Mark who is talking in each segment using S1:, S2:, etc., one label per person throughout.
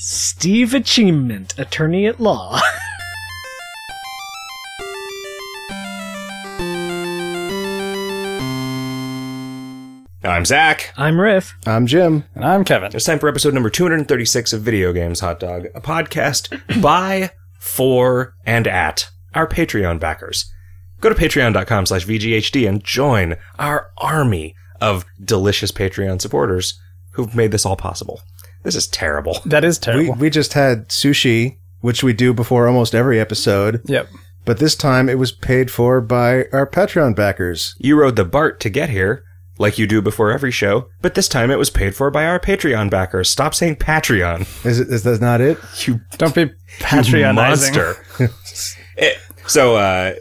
S1: Steve Achievement, attorney at law.
S2: I'm Zach.
S1: I'm Riff.
S3: I'm Jim.
S4: And I'm Kevin.
S2: It's time for episode number 236 of Video Games Hot Dog, a podcast by, for, and at our Patreon backers. Go to patreon.com slash VGHD and join our army of delicious Patreon supporters who've made this all possible. This is terrible.
S4: That is
S3: We,
S4: terrible.
S3: we just had sushi, which we do before almost every episode,
S4: yep.
S3: but this time it was paid for by our Patreon backers.
S2: You rode the BART to get here, like you do before every show, but this time it was paid for by our Patreon backers. Stop saying Patreon,
S3: Is, it, is that not it?
S2: you
S4: Don't be
S2: Patreonizing.
S4: patronizing.
S2: Eh, so, uh,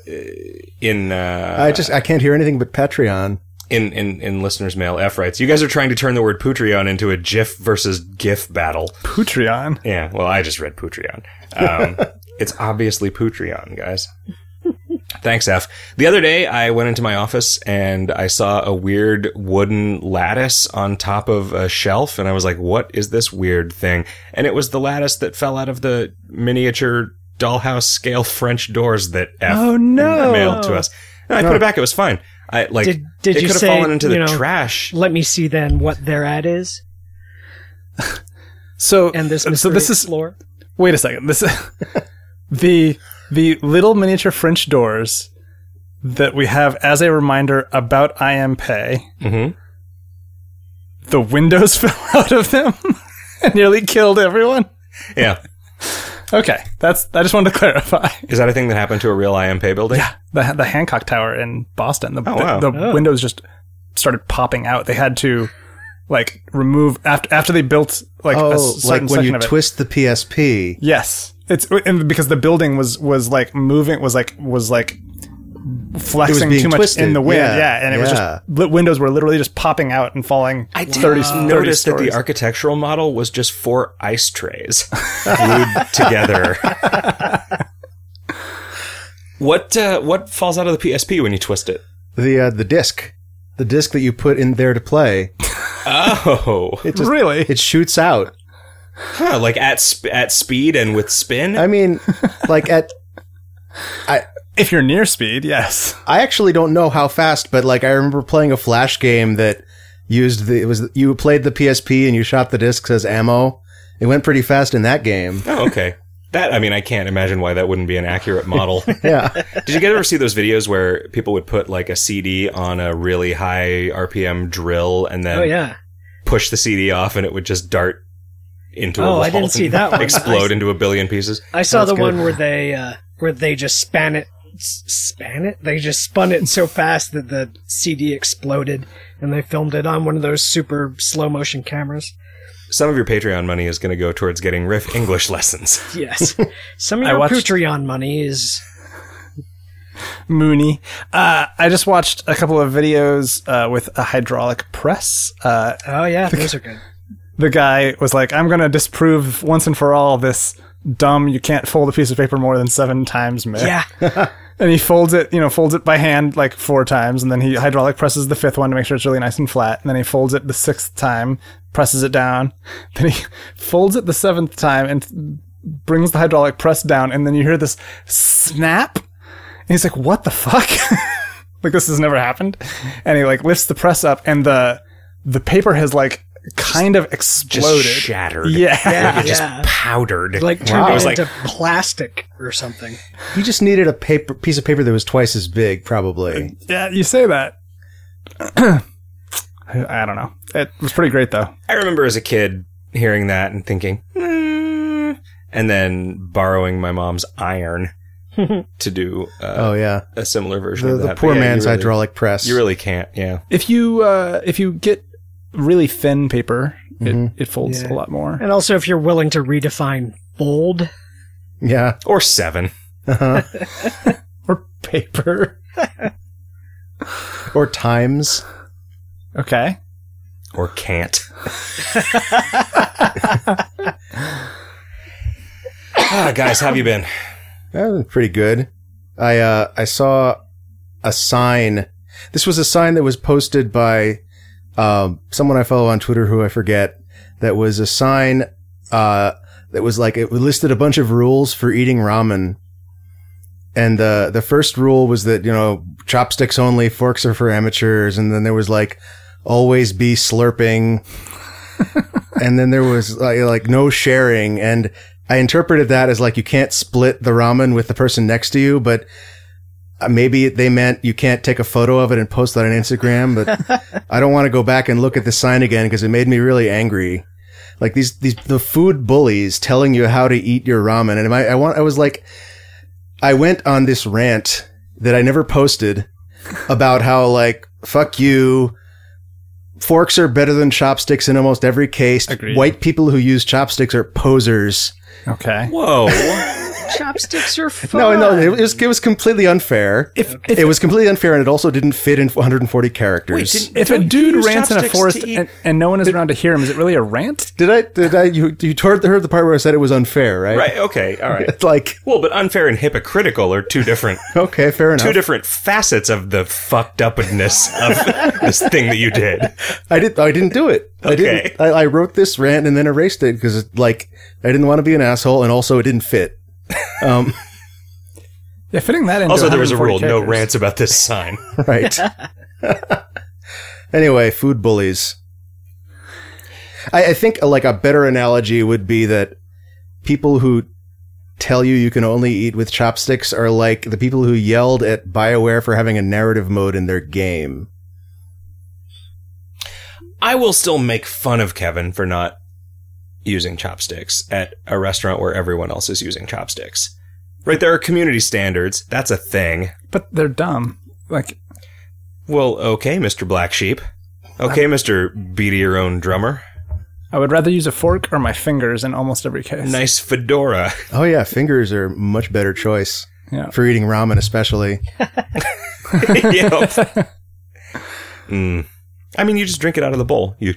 S2: in, uh,
S3: I just I can't hear anything but Patreon.
S2: in, in, in listeners' mail, F writes, you guys are trying to turn the word Patreon into a GIF versus GIF battle.
S4: Patreon.
S2: Yeah, well, I just read Patreon. Um, it's obviously Patreon, guys. Thanks, F. The other day, I went into my office and I saw a weird wooden lattice on top of a shelf, and I was like, "What is this weird thing?" And it was the lattice that fell out of the miniature dollhouse scale French doors that F
S4: Oh, no.
S2: mailed to us. And I put it back; it was fine. I like
S1: Oh. Did- did
S2: it
S1: you
S2: could have
S1: say,
S2: fallen into the
S1: you know,
S2: trash.
S1: Let me see then what their ad is
S4: So
S1: and this
S4: so this is
S1: lore.
S4: wait a second. This the the little miniature French doors that we have as a reminder about I am pay.
S2: hmm
S4: The windows fell out of them and nearly killed everyone.
S2: Yeah,
S4: Okay, that's I just wanted to clarify.
S2: is that a thing that happened to a real IMP building?
S4: Yeah, the the Hancock Tower in Boston. The
S2: Oh, wow.
S4: the,
S1: Oh.
S4: windows just started popping out. They had to like remove after after they built like a
S3: oh,
S4: certain
S3: like when
S4: section
S3: you
S4: of it.
S3: twist the PSP.
S4: Yes, it's and because the building was was like moving was like was like flexing
S3: being
S4: too much
S3: twisted,
S4: in the wind.
S3: yeah,
S4: Yeah, and it was
S3: yeah.
S4: just li- windows were literally just popping out and falling. I did 30, 30
S2: noticed that
S4: stories.
S2: the architectural model was just four ice trays glued together. what uh, what falls out of the PSP when you twist it?
S3: The uh, the disc, the disc that you put in there to play,
S2: Oh,
S3: it just
S4: really
S3: it shoots out.
S2: huh, like at sp- at speed and with spin.
S3: I mean, like at
S4: if you're near speed, yes.
S3: I actually don't know how fast, but like I remember playing a flash game that used the it was you played the PSP and you shot the discs as ammo. It went pretty fast in that game.
S2: oh, okay. That I mean, I can't imagine why that wouldn't be an accurate model.
S3: Yeah.
S2: Did you guys ever see those videos where people would put like a CD on a really high RPM drill and then
S1: Oh yeah,
S2: push the CD off and it would just dart into a
S1: Oh,
S2: wall
S1: I didn't see
S2: and
S1: that one.
S2: explode into a billion pieces?
S1: I saw
S3: That's
S1: the
S3: good.
S1: one where they uh, where they just span it, s- span it. They just spun it so fast that the CD exploded, and they filmed it on one of those super slow motion cameras.
S2: Some of your Patreon money is going to go towards getting Riff English lessons.
S1: Yes, some of
S4: I
S1: your
S4: watched-
S1: Patreon money is
S4: Mooney. Uh, I just watched a couple of videos uh, with a hydraulic press. Uh,
S1: oh yeah, those are good.
S4: the guy was like, I'm going to disprove once and for all this dumb, you can't fold a piece of paper more than seven times myth.
S1: Yeah,
S4: And he folds it, you know, folds it by hand like four times, and then he hydraulic presses the fifth one to make sure it's really nice and flat. And then he folds it the sixth time, presses it down. Then he folds it the seventh time and brings the hydraulic press down. And then you hear this snap. And he's like, What the fuck? like, this has never happened. And he like lifts the press up, and the the paper has like kind of
S2: Just
S4: exploded.
S2: shattered.
S4: Yeah.
S1: yeah,
S2: Just
S1: yeah.
S2: powdered.
S1: Like turned
S2: I
S1: it
S2: was like,
S1: into plastic or something.
S3: He just needed a paper piece of paper that was twice as big, probably.
S4: Yeah, you say that. I I don't know. It was pretty great though.
S2: I remember as a kid hearing that and thinking, hmm, and then borrowing my mom's iron to do uh,
S3: Oh yeah.
S2: a similar version
S3: The,
S2: of that.
S3: the
S2: But
S3: poor
S2: yeah, you
S3: man's
S2: really-
S3: hydraulic press.
S2: You really can't, yeah.
S4: If you uh, if you get really thin paper,
S3: Mhm.
S4: it, it folds
S1: Yeah.
S4: a lot more.
S1: And also, if you're willing to redefine bold,
S3: yeah.
S2: Or seven.
S3: Uh-huh.
S4: Or paper.
S3: or times.
S4: Okay.
S2: Or can't. ah, guys, how have you been?
S3: That was pretty good. I uh, I saw a sign. This was a sign that was posted by um, someone I follow on Twitter who I forget. That was a sign uh, that was like it listed a bunch of rules for eating ramen. And the the first rule was that, you know, chopsticks only, forks are for amateurs, and then there was like always be slurping. and then there was like, like no sharing and I interpreted that as like you can't split the ramen with the person next to you, but uh, maybe they meant you can't take a photo of it and post that on Instagram, but I don't want to go back and look at the sign again because it made me really angry. Like these, these, the food bullies telling you how to eat your ramen. And I, I want, I was like, I went on this rant that I never posted about how like, fuck you. Forks are better than chopsticks in almost every case.
S4: Agreed.
S3: White people who use chopsticks are posers.
S4: Okay.
S2: Whoa.
S1: Chopsticks are fun.
S3: No, no, it was, it was completely unfair.
S4: If
S3: it was completely unfair, and it also didn't fit in 140 characters.
S2: didn't-
S4: if a
S2: Don't
S4: dude
S2: use
S4: rants in a
S2: chopsticks to
S4: forest
S2: eat.
S4: and, and no one is around to hear him, is it really a rant?
S3: did I? Did I? You you toward heard the part where I said it was unfair, right?
S2: right. Okay. All right.
S3: It's like
S2: Well, but unfair and hypocritical are two different
S3: okay, fair enough.
S2: two different facets of the fucked upness of this thing that you did.
S3: I did. I didn't do it. I
S2: Okay.
S3: didn't. I, I wrote this rant and then erased it because like I didn't want to be an asshole, and also it didn't fit. Um,
S4: Yeah, fitting that into
S2: Also, there was a
S4: 140
S2: rule: no
S4: characters.
S2: rants about this sign.
S3: right. anyway, food bullies. I, I think like a better analogy would be that people who tell you you can only eat with chopsticks are like the people who yelled at BioWare for having a narrative mode in their game.
S2: I will still make fun of Kevin for not using chopsticks at a restaurant where everyone else is using chopsticks. Right? There are community standards. That's a thing.
S4: But they're dumb. Like,
S2: Well, okay, Mr. Black Sheep. Okay, Mr. Be to Your Own Drummer.
S4: I would rather use a fork or my fingers in almost every case.
S2: Nice fedora.
S3: Oh yeah, fingers are much better choice
S4: Yeah.
S3: for eating ramen, especially.
S2: Yep. Mm. I mean, you just drink it out of the bowl. You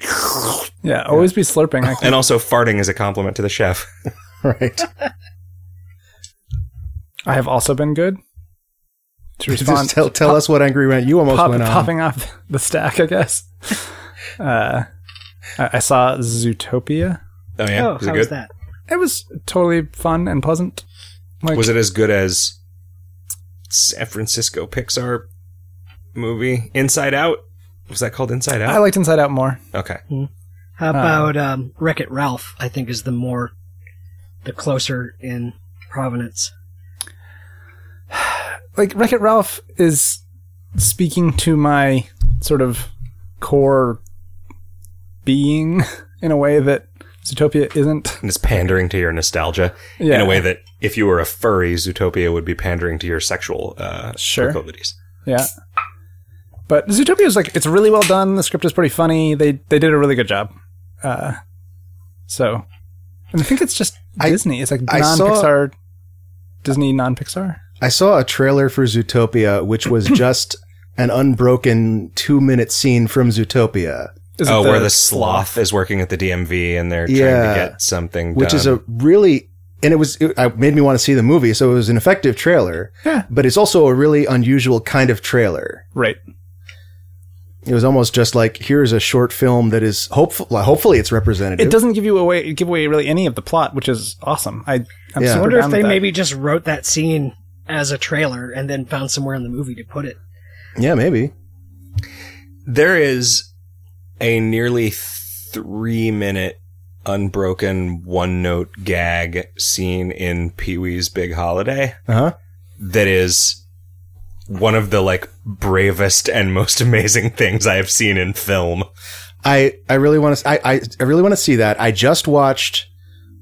S4: Yeah, always be slurping. Like,
S2: and also farting is a compliment to the chef.
S3: Right.
S4: I have also been good to respond.
S3: Just tell tell us what angry rant you almost
S4: pop,
S3: went on.
S4: popping off the stack, I guess. uh, I, I saw Zootopia.
S2: Oh yeah,
S1: Oh,
S2: was it
S1: how
S2: good?
S1: was that?
S4: It was totally fun and pleasant. Like,
S2: Was it as good as San Francisco Pixar movie Inside Out? Was that called Inside
S4: I
S2: Out?
S4: liked Inside Out more.
S2: okay. Uh,
S1: How about um, Wreck It Ralph? I think is the more, the closer in provenance.
S4: Like Wreck It Ralph is speaking to my sort of core being in a way that Zootopia isn't.
S2: And it's pandering to your nostalgia
S4: Yeah.
S2: in a way that if you were a furry, Zootopia would be pandering to your sexual uh,
S4: Sure.
S2: proclivities.
S4: Yeah. But Zootopia is like it's really well done. The script is pretty funny. They they did a really good job. Uh, so, and I think it's just
S3: I-
S4: Disney. It's like
S3: I
S4: non
S3: saw-
S4: Pixar, Disney non Pixar.
S3: I saw a trailer for Zootopia, which was just an unbroken two minute scene from Zootopia,
S4: Is it
S2: Oh, where the sloth is working at the DMV and they're trying
S3: Yeah.
S2: to get something
S3: which is
S2: done.
S3: a really and it was it I- made me want to see the movie. So it was an effective trailer,
S4: Yeah.
S3: but it's also a really unusual kind of trailer.
S4: right?
S3: It was almost just like here's a short film that is hopeful. well, Hopefully, it's representative.
S4: It doesn't give you away give away really any of the plot, which is awesome. I I'm
S3: Yeah. I
S4: super
S1: I wonder if
S4: down
S1: they
S4: with that.
S1: maybe just wrote that scene as a trailer and then found somewhere in the movie to put it.
S3: Yeah, maybe.
S2: there is a nearly three minute unbroken one note gag scene in Pee Wee's Big Holiday.
S3: Uh huh.
S2: that is one of the like bravest and most amazing things I have seen in film.
S3: I I really want to I, I I really want to see that. I just watched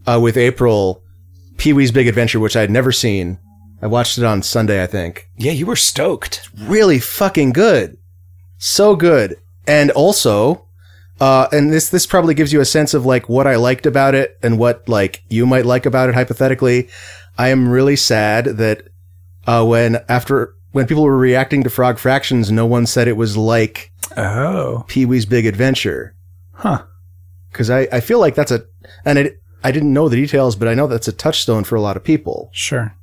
S3: uh, with April Pee Wee's Big Adventure, which I had never seen. I watched it on Sunday, I think.
S2: Yeah, you were stoked.
S3: Really fucking good, so good. And also, uh, and this this probably gives you a sense of like what I liked about it and what like you might like about it hypothetically. I am really sad that uh, when after when people were reacting to Frog Fractions, no one said it was like
S4: Oh,
S3: Pee Wee's Big Adventure
S4: huh?
S3: because I, I feel like that's a and I, I didn't know the details but i know that's a touchstone for a lot of people
S4: Sure.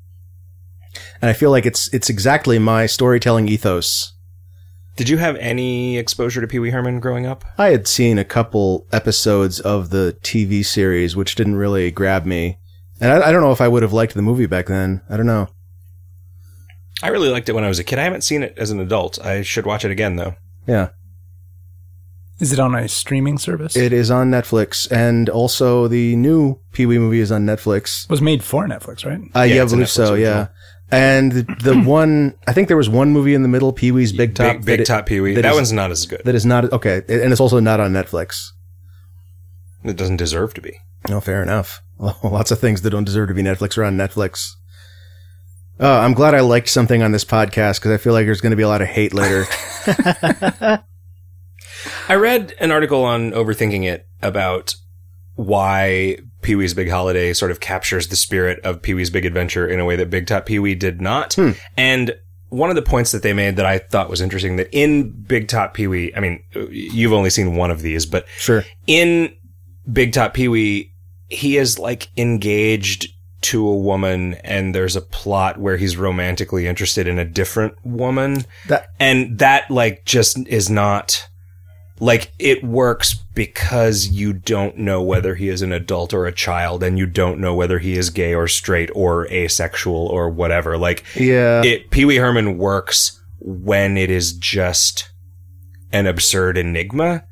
S3: and i feel like it's it's exactly my storytelling ethos
S2: Did you have any exposure to Pee Wee Herman growing up?
S3: i had seen a couple episodes of the tv series which didn't really grab me And I, I don't know if I would have liked the movie back then. I don't know.
S2: I really liked it when I was a kid. I haven't seen it as an adult. I should watch it again though.
S3: Yeah.
S4: Is it on a streaming service?
S3: It is on Netflix, and also the new Pee Wee movie is on Netflix.
S4: was made for Netflix, right?
S3: Uh, yeah,
S2: Yeah,
S3: I
S2: it's a
S3: believe
S2: Netflix
S3: so. Yeah.
S2: original.
S3: And the, the one, I think there was one movie in the middle, Pee Wee's Big Top.
S2: Big,
S3: that it-
S2: Top Pee Wee.
S3: that
S2: That
S3: is-
S2: one's not as good.
S3: That is not okay, and it's also not on Netflix.
S2: It doesn't deserve to be.
S3: No, fair enough. Lots of things that don't deserve to be Netflix are on Netflix. Uh, I'm glad I liked something on this podcast because I feel like there's going to be a lot of hate later.
S2: I read an article on Overthinking It about why Pee Wee's Big Holiday sort of captures the spirit of Pee Wee's Big Adventure in a way that Big Top Pee Wee did not.
S3: Hmm.
S2: And one of the points that they made that I thought was interesting that in Big Top Pee Wee, I mean, you've only seen one of these, but
S3: sure.
S2: in Big Top Pee Wee, he is like engaged to a woman, and there's a plot where he's romantically interested in a different woman.
S3: That-
S2: and that, like, just is not. Like, it works because you don't know whether he is an adult or a child, and you don't know whether he is gay or straight or asexual or whatever. Like,
S3: Yeah.
S2: it Pee Wee Herman works when it is just an absurd enigma.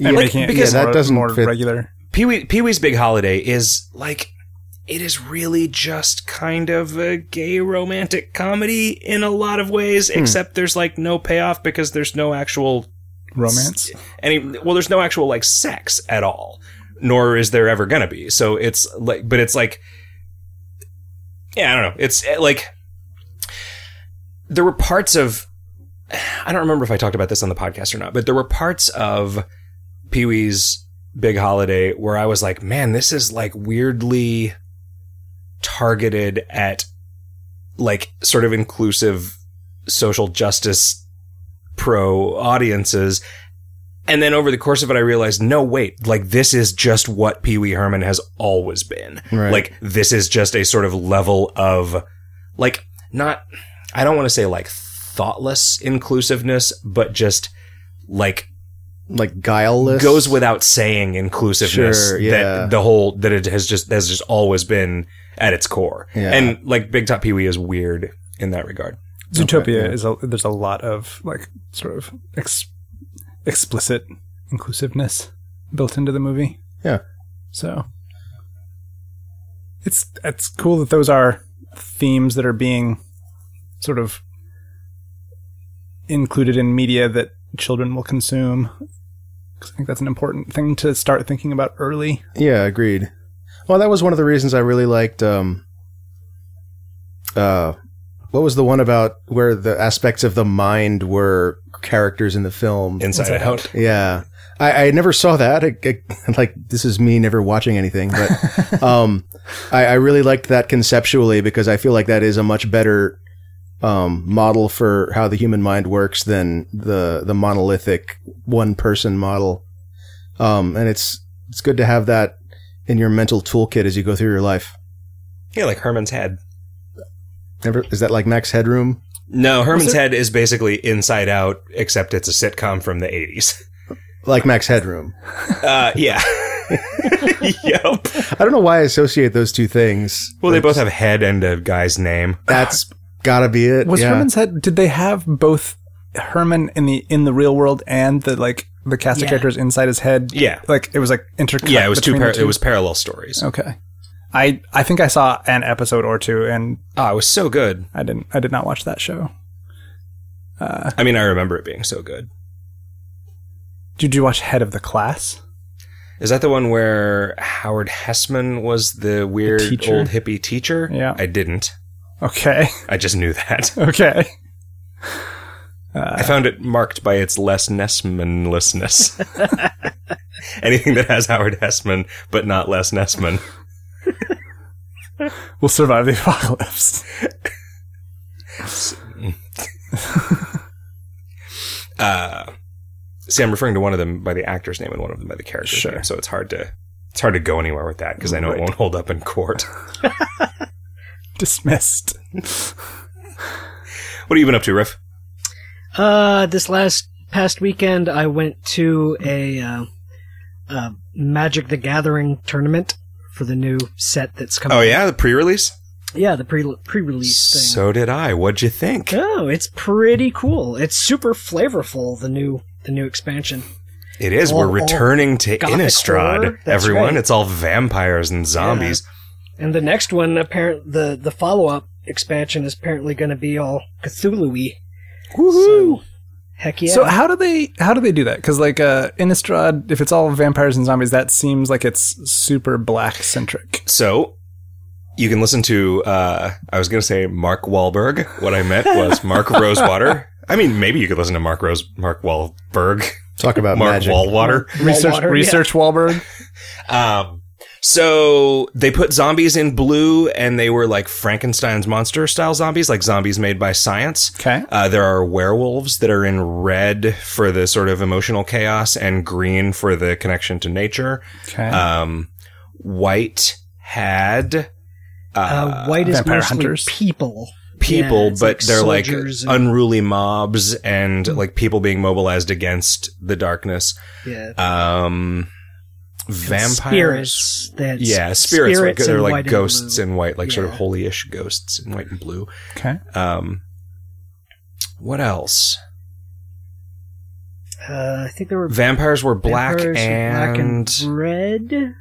S4: And
S2: like,
S4: making it
S2: because
S3: that
S4: more,
S3: doesn't
S4: more
S3: fit-
S4: regular.
S2: Pee Wee Pee Wee's Big Holiday is like it is really just kind of a gay romantic comedy in a lot of ways, except there's like no payoff because there's no actual
S4: romance.
S2: any well, there's no actual like sex at all, nor is there ever gonna be. So it's like, but it's like, yeah, I don't know. It's eh, like there were parts of I don't remember if I talked about this on the podcast or not, but there were parts of Pee Wee's Big Holiday where I was like, man, this is like weirdly targeted at like sort of inclusive social justice pro audiences. And then over the course of it, I realized, no, wait, like this is just what Pee Wee Herman has always been.
S3: Right.
S2: Like this is just a sort of level of like not, I don't want to say like thoughtless inclusiveness, but just like
S3: like guileless
S2: goes without saying inclusiveness
S3: Sure, yeah.
S2: that the whole that it has just has just always been at its core.
S3: Yeah.
S2: And like Big Top Pee Wee is weird in that regard.
S4: Zootopia
S3: yeah.
S4: is a there's a lot of like sort of ex, explicit inclusiveness built into the movie.
S3: Yeah.
S4: So it's it's cool that those are themes that are being sort of included in media that children will consume. 'Cause I think that's an important thing to start thinking about early.
S3: Yeah, agreed. Well, that was one of the reasons I really liked. Um, uh, what was the one about where the aspects of the mind were characters in the film?
S2: Inside,
S4: Inside
S2: Out.
S3: Yeah, I, I never saw that. I, I- like this is me never watching anything, but um, I, I really liked that conceptually because I feel like that is a much better um, model for how the human mind works than the the monolithic one person model. Um, and it's it's good to have that in your mental toolkit as you go through your life.
S2: Yeah, like Herman's head.
S3: Never is that like Max Headroom?
S2: No, Herman's
S4: Was there-
S2: head is basically Inside Out, except it's a sitcom from the eighties.
S3: Like Max Headroom.
S2: Uh, yeah. yep.
S3: I don't know why I associate those two things.
S2: Well, they both have head and a guy's name.
S3: That's gotta be it.
S4: Was
S3: yeah.
S4: Herman's head? Did they have both Herman in the in the real world and the like the cast of
S2: Yeah.
S4: characters inside his head?
S2: Yeah.
S4: like it was like intercut.
S2: Yeah, it was two. Oh.
S4: between
S2: Par-
S4: the
S2: it was parallel stories.
S4: okay. I I think I saw an episode or two, and
S2: Oh, it was so good.
S4: I didn't I did not watch that show.
S2: I mean, I remember it being so good.
S4: Did you watch Head of the Class?
S2: Is that the one where Howard Hessman was the weird
S4: teacher?
S2: old hippie teacher?
S4: Yeah.
S2: I didn't.
S4: Okay,
S2: I just knew that.
S4: okay. Uh,
S2: I found it marked by its less Nessmanlessness. Anything that has Howard Hessman, but not less Nessman.
S4: We'll survive the apocalypse.
S2: Uh, see, I'm referring to one of them by the actor's name and one of them by the character's
S4: Sure.
S2: name, so it's hard to it's hard to go anywhere with that because I know
S4: Right.
S2: it won't hold up in court.
S4: Dismissed.
S2: what have you been up to, Riff?
S1: Uh, this last past weekend, I went to a uh, uh, Magic the Gathering tournament for the new set that's coming.
S2: Oh yeah, the pre-release.
S1: yeah, the pre pre release thing.
S2: So did I. What'd you think?
S1: Oh, it's pretty cool. It's super flavorful. The new the new expansion.
S2: It is.
S1: All-
S2: We're
S1: all
S2: returning to
S1: gothic
S2: Innistrad,
S1: horror? That's
S2: everyone.
S1: right.
S2: It's all vampires and zombies.
S1: And the next one, apparent the the follow up expansion is apparently going to be all Cthulhu-y.
S4: Woohoo!
S1: So, heck yeah! Uh,
S4: So how do they how do they do that? Because like uh, Innistrad, if it's all vampires and zombies, that seems like it's super black centric.
S2: So you can listen to. Uh, I was going to say Mark Wahlberg. What I meant was Mark Rosewater. I mean, maybe you could listen to Mark Rose, Mark Wahlberg,
S3: Talk about
S2: Mark
S3: magic.
S2: Wallwater.
S4: Research
S1: Wahlwater, yeah.
S4: research Wahlberg.
S2: Um, so they put zombies in blue, and they were like Frankenstein's monster style zombies, like zombies made by science.
S4: Okay.
S2: Uh, there are werewolves that are in red for the sort of emotional chaos, and green for the connection to nature.
S4: Okay.
S2: Um, white had
S1: uh, white is
S4: Vampire
S1: mostly
S4: hunters.
S1: people.
S2: people,
S1: Yeah, it's
S2: but
S1: like
S2: they're like
S1: soldiers and- Hmm.
S2: unruly mobs and like people being mobilized against the darkness.
S1: Yeah.
S2: Um, vampires.
S1: Spirits. That's
S2: Yeah, spirits. like, they're
S1: in
S2: like
S1: white and
S2: ghosts
S1: blue.
S2: in white, like sort of
S1: Yeah.
S2: holy-ish ghosts in white and blue.
S4: okay.
S2: Um, what else?
S1: Uh, I think they were
S2: Vampires were black,
S1: vampires, black
S2: and,
S1: and red.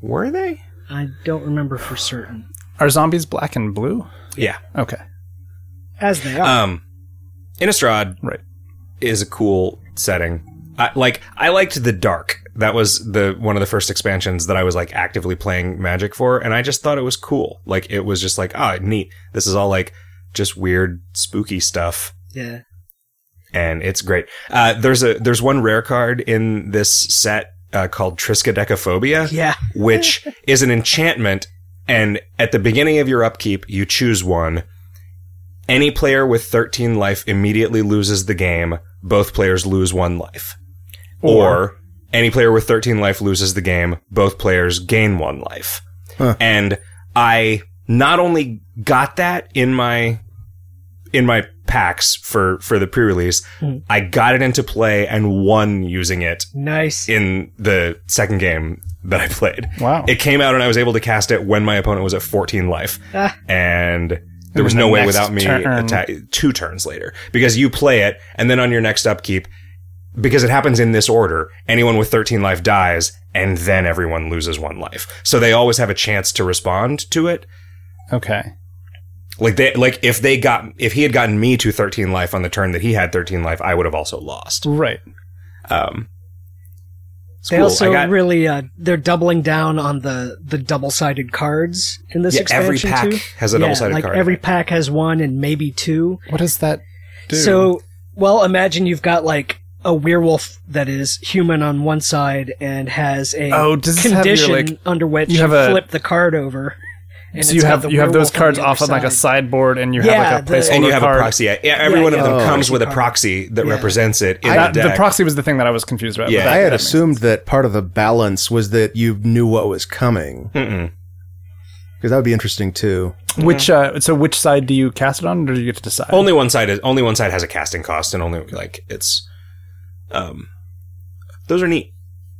S2: were they?
S1: I don't remember for certain.
S4: Are zombies black and blue?
S2: Yeah.
S4: Okay.
S1: As they are.
S2: Um, Innistrad
S4: Right.
S2: is a cool setting. I, like I liked the dark. That was the one of the first expansions that I was like actively playing Magic for, and I just thought it was cool. Like it was just like ah neat. This is all like just weird spooky stuff,
S1: yeah.
S2: and it's great. Uh, there's a there's one rare card in this set uh, called Triskaidekaphobia,
S1: Yeah.
S2: which is an enchantment. And at the beginning of your upkeep, you choose one. Any player with 13 life immediately loses the game. Both players lose one life. Or, any player with 13 life loses the game. Both players gain one life.
S3: Huh.
S2: And I not only got that in my in my packs for for the pre-release,
S1: Hmm.
S2: I got it into play and won using it
S1: Nice.
S2: in the second game that I played.
S4: Wow.
S2: It came out and I was able to cast it when my opponent was at 14 life.
S1: Ah.
S2: And there was
S4: then
S2: no
S4: the
S2: way
S4: next
S2: without me
S4: turn-
S2: atta- two turns later because you play it and then on your next upkeep, because it happens in this order, anyone with 13 life dies and then everyone loses one life. So they always have a chance to respond to it.
S4: Okay.
S2: Like they like if they got if he had gotten me to 13 life on the turn that he had 13 life, I would have also lost.
S4: Right.
S2: Um it's
S1: They
S2: cool.
S1: also
S2: I got-
S1: really uh, they're doubling down on the the double sided cards in this
S2: Yeah,
S1: expansion
S2: every pack
S1: too.
S2: has a
S1: yeah,
S2: double-sided
S1: like
S2: card.
S1: every pack has one and maybe two.
S4: What does that do?
S1: So, well, imagine you've got like a werewolf that is human on one side and has a
S4: Oh, does this have your,
S1: condition
S4: like-
S1: under which
S4: you
S1: you,
S4: have a-
S1: flip the card over. And
S4: so
S1: it's
S4: you
S1: got
S4: have
S1: the
S4: you have those
S1: werewolf on
S4: cards
S1: the other
S4: off on like a
S1: side.
S4: sideboard, and you
S1: Yeah,
S4: have like a
S1: the-
S4: placeholder
S2: and you have
S4: card.
S2: a proxy. Yeah, yeah, every one
S1: yeah.
S2: of them
S1: Oh.
S2: comes with a
S1: Proxy card.
S2: proxy that
S1: Yeah.
S2: represents it in
S4: That-
S2: the
S4: the,
S2: deck.
S4: proxy was the thing that I was confused about. but
S2: Yeah.
S4: that-
S3: I had
S4: that makes-
S3: assumed that part of the balance was that you knew what was coming
S2: Mm-mm.
S3: because that would be interesting too.
S4: Which uh, so which side do you cast it on, or do you get to decide?
S2: Only one side is only one side has a casting cost, and only like it's. Um, those are neat.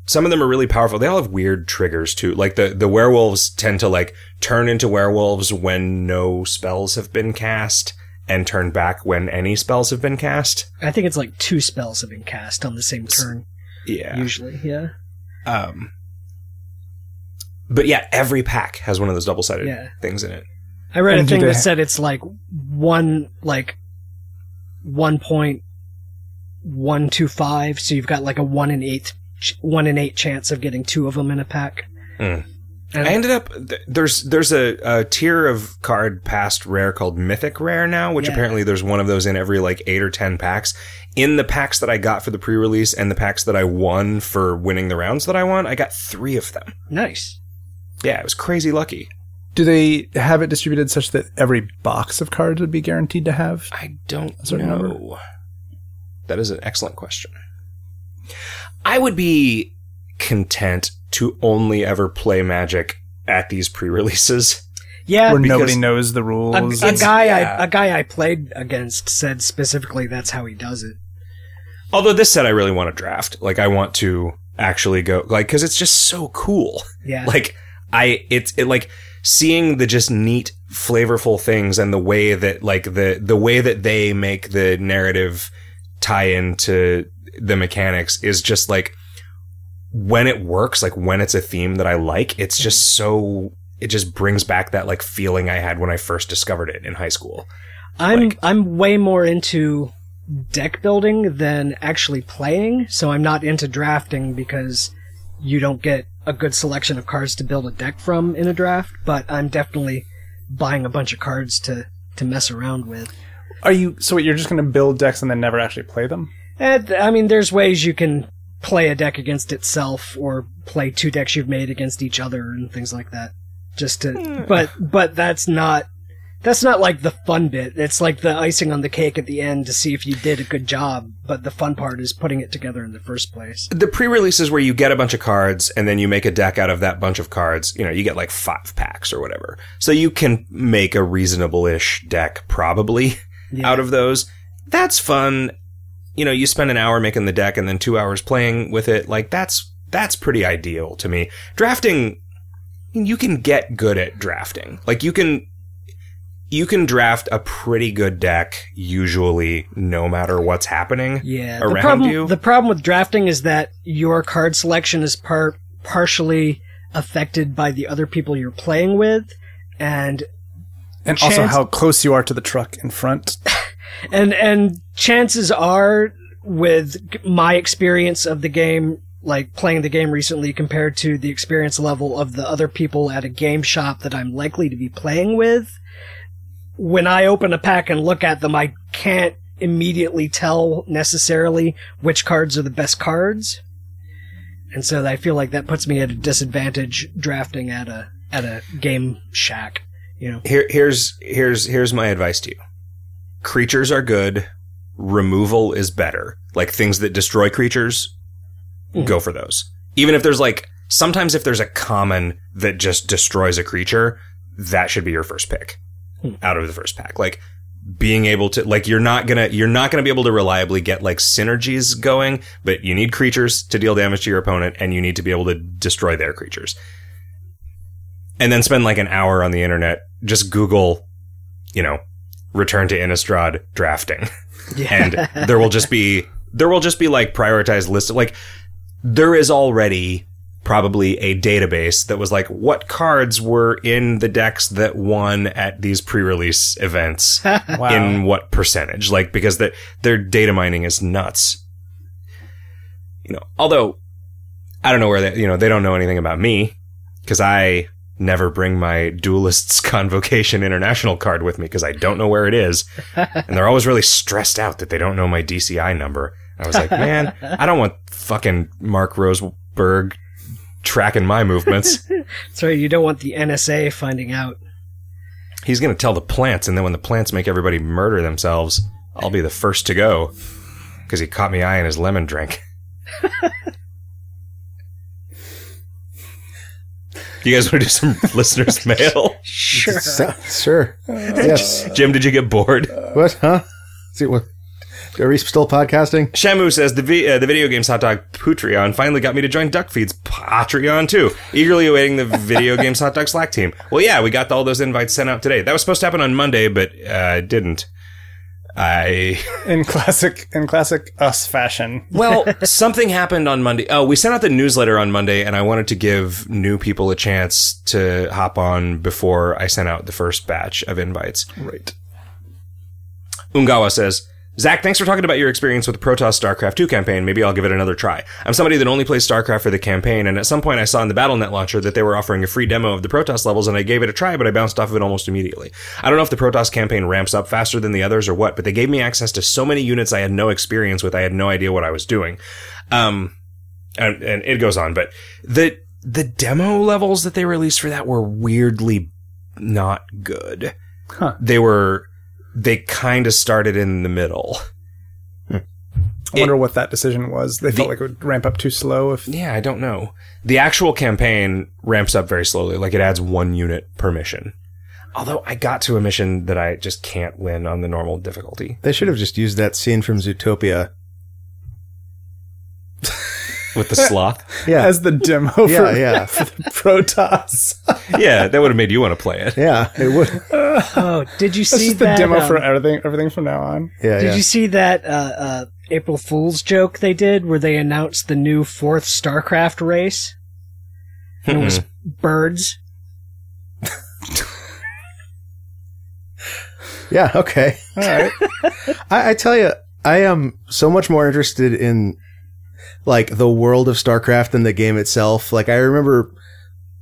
S2: Some of them are really powerful. They all have weird triggers too. Like the the werewolves tend to like turn into werewolves when no spells have been cast, and turn back when any spells have been cast.
S1: I think it's like two spells have been cast on the same turn
S2: Yeah.
S1: usually. Yeah,
S2: Um. But yeah, every pack has one of those double sided
S1: Yeah.
S2: things in it.
S1: I read
S4: And
S1: a
S4: do
S1: thing
S4: they
S1: that
S4: ha-
S1: said it's like one like one point one two five. So you've got like a one in eight ch- one in eight chance of getting two of them in a pack.
S2: Mm.
S1: And
S2: I ended up th- there's there's a, a tier of card past rare called mythic rare now, which
S1: Yeah.
S2: apparently there's one of those in every like eight or ten packs. In the packs that I got for the pre-release and the packs that I won for winning the rounds that I won, I got three of them.
S1: nice.
S2: Yeah, it was crazy lucky.
S4: Do they have it distributed such that every box of cards would be guaranteed to have?
S2: I don't
S4: A certain
S2: know.
S4: number?
S2: That is an excellent question. I would be content to only ever play Magic at these pre-releases.
S1: Yeah,
S4: Where
S2: because-
S4: nobody knows the
S1: a, a
S4: rules. and-
S1: guy
S2: yeah.
S1: I a guy I played against said specifically that's how he does it.
S2: Although this set I really want to draft. Like I want to actually go like cuz it's just so cool.
S1: Yeah,
S2: Like I it's it like seeing the just neat flavorful things and the way that like the the way that they make the narrative tie into the mechanics is just like when it works like when it's a theme that I like it's just so it just brings back that like feeling I had when I first discovered it in high school.
S1: I'm
S2: Like-
S1: I'm way more into deck building than actually playing, so I'm not into drafting because you don't get a good selection of cards to build a deck from in a draft, but I'm definitely buying a bunch of cards to to mess around with.
S4: Are you so? Wait, you're just going to build decks and then never actually play them?
S1: And, Eh, th- I mean, there's ways you can play a deck against itself or play two decks you've made against each other and things like that. Just to, but but that's not that's not like the fun bit. It's like the icing on the cake at the end to see if you did a good job. But the fun part is putting it together in the first place.
S2: the pre-release is where you get a bunch of cards and then you make a deck out of that bunch of cards. You know, you get like five packs or whatever. So you can make a reasonable-ish deck probably
S1: Yeah.
S2: out of those. That's fun. You know, you spend an hour making the deck and then 2 hours playing with it. Like that's that's pretty ideal to me. Drafting you can get good at drafting. Like you can you can draft a pretty good deck usually no matter what's happening.
S1: Yeah. the
S2: around
S1: problem,
S2: you.
S1: The problem with drafting is that your card selection is par- partially affected by the other people you're playing with, and
S4: And also,
S1: Chance-
S4: how close you are to the truck in front.
S1: and and chances are with my experience of the game like playing the game recently compared to the experience level of the other people at a game shop that I'm likely to be playing with when I open a pack and look at them I can't immediately tell necessarily which cards are the best cards and so I feel like that puts me at a disadvantage drafting at a at a game shack you know
S2: Here, here's here's here's my advice to you. Creatures are good. Removal is better. Like things that destroy creatures,
S1: Mhm.
S2: go for those. Even if there's like sometimes if there's a common that just destroys a creature, that should be your first pick
S1: Hmm.
S2: out of the first pack. Like being able to like you're not gonna you're not gonna be able to reliably get like synergies going, but you need creatures to deal damage to your opponent, and you need to be able to destroy their creatures and then spend like an hour on the internet just google you know return to innistrad drafting and there will just be there will just be like prioritized list like there is already probably a database that was like what cards were in the decks that won at these pre-release events
S4: Wow.
S2: in what percentage like because the, their data mining is nuts you know although i don't know where they you know they don't know anything about me because i never bring my duelists convocation international card with me because i don't know where it is and they're always really stressed out that they don't know my dci number i was like man i don't want fucking mark roseberg tracking my movements
S1: so you don't want the NSA finding out
S2: he's going to tell the plants, and then when the plants make everybody murder themselves, I'll be the first to go because he caught me eyeing his lemon drink. you guys want to do some listeners' mail?
S1: Sure.
S3: So- sure. yes.
S2: Jim, did you get bored?
S3: What? Huh? See what? Are we still podcasting?
S2: Shamu says the vi- uh, the video games hot dog Patreon finally got me to join Duckfeed's Patreon too. Eagerly awaiting the video games hot dog Slack team. Well, yeah, we got all those invites sent out today. That was supposed to happen on Monday, but uh, didn't. I
S4: in classic, in classic us fashion.
S2: Well, something happened on Monday. Oh, we sent out the newsletter on Monday, and I wanted to give new people a chance to hop on before I sent out the first batch of invites.
S4: Right.
S2: Ungawa says, Zach, thanks for talking about your experience with the Protoss StarCraft 2 campaign. Maybe I'll give it another try. I'm somebody that only plays StarCraft for the campaign, and at some point I saw in the BattleNet launcher that they were offering a free demo of the Protoss levels, and I gave it a try, but I bounced off of it almost immediately. I don't know if the Protoss campaign ramps up faster than the others or what, but they gave me access to so many units I had no experience with. I had no idea what I was doing. Um, and, and it goes on, but the the demo levels that they released for that were weirdly not good.
S4: Huh.
S2: They were they kind of started in the middle.
S4: I wonder what that decision was. They felt like it would ramp up too slow. If
S2: Yeah, I don't know. The actual campaign ramps up very slowly, like it adds one unit per mission. Although I got to a mission that I just can't win on the normal difficulty.
S3: They should have just used that scene from Zootopia.
S2: with the sloth.
S3: Yeah.
S4: as the demo
S3: yeah,
S4: for,
S3: yeah,
S4: for the Protoss.
S2: yeah, that would have made you want to play it.
S3: yeah. It would. Yeah,
S1: Oh, did you
S4: This
S1: see
S4: is the
S1: that,
S4: demo
S1: um,
S4: for everything everything from now on.
S1: Did
S3: yeah.
S1: you see that uh, uh, April Fool's joke they did where they announced the new fourth StarCraft race?
S2: Hmm.
S1: And it was
S2: Mm-hmm.
S1: birds.
S3: yeah. Okay.
S4: All right.
S3: I, I tell you, I am so much more interested in like the world of StarCraft than the game itself. Like I remember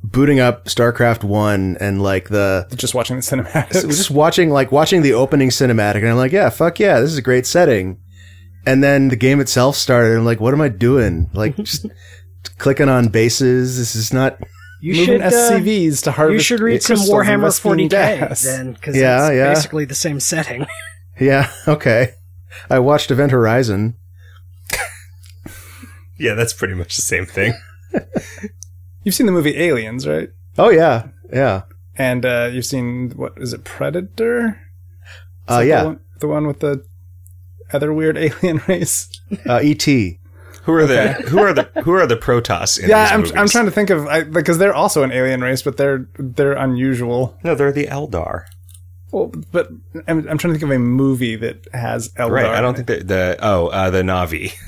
S3: booting up StarCraft One and like the
S4: Just watching the cinematics.
S3: just watching like watching the opening cinematic, and I'm like, yeah, fuck yeah, this is a great setting. And then the game itself started. And I'm like, what am I doing? Like just clicking on bases. This is not.
S1: You
S4: Moving
S1: should uh,
S4: SCVs to harvest.
S1: you should read some
S4: crystals and
S1: Warhammer
S4: risking
S1: 40k
S4: gas.
S1: then because
S3: Yeah,
S1: it's
S3: yeah.
S1: basically the same setting.
S3: Yeah. Okay. I watched Event Horizon.
S2: Yeah, that's pretty much the same thing.
S4: You've seen the movie Aliens, right?
S3: Oh yeah. Yeah.
S4: And uh, you've seen what is it, Predator? Is
S3: Uh,
S4: that The
S3: yeah.
S4: one, the one with the other weird alien race.
S3: Uh, E.T.
S2: Who are the who are the who are the Protoss? In
S4: yeah,
S2: these
S4: I'm,
S2: movies?
S4: I'm trying to think of I, because they're also an alien race, but they're they're unusual.
S2: No, they're the Eldar.
S4: Well, but I'm, I'm trying to think of a movie that has
S1: Oh,
S4: Eldar.
S2: Right. I don't
S4: in
S2: think that the oh uh, the Navi.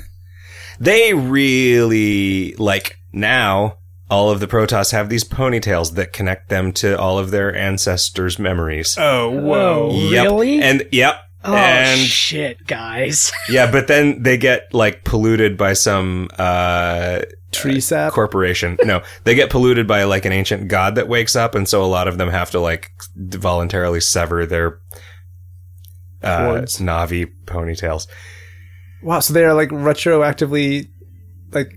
S2: They really like now. All of the Protoss have these ponytails that connect them to all of their ancestors' memories.
S4: it. Oh, whoa!
S1: Oh.
S2: Yep.
S1: really?
S2: And yep.
S1: Oh
S2: And-
S1: shit, guys!
S2: Yeah, but then they get like polluted by some uh
S4: Tree sap.
S2: corporation. No, they get polluted by like an ancient god that wakes up, and so a lot of them have to like voluntarily sever their uh,
S4: Cords.
S2: Navi ponytails.
S4: Wow, so they are like retroactively, like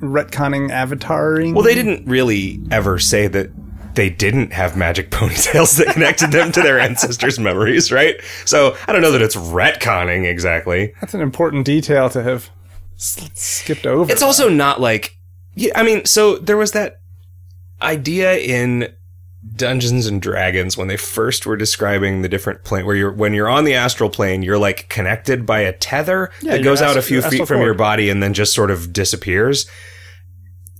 S4: retconning avataring.
S2: Well, they didn't really ever say that they didn't have magic ponytails that connected them to their ancestors' memories, right? So I don't know that it's retconning exactly.
S4: That's an important detail to have s- skipped over.
S2: It's also not like, yeah, I mean, so there was that idea in Dungeons and Dragons when they first were describing the different plane where you're when you're on the astral plane, you're like connected by a tether
S4: Yeah,
S2: that
S4: your
S2: goes out a
S4: astral-
S2: few
S4: your
S2: feet
S4: astral
S2: from
S4: cord.
S2: your body and then just sort of disappears.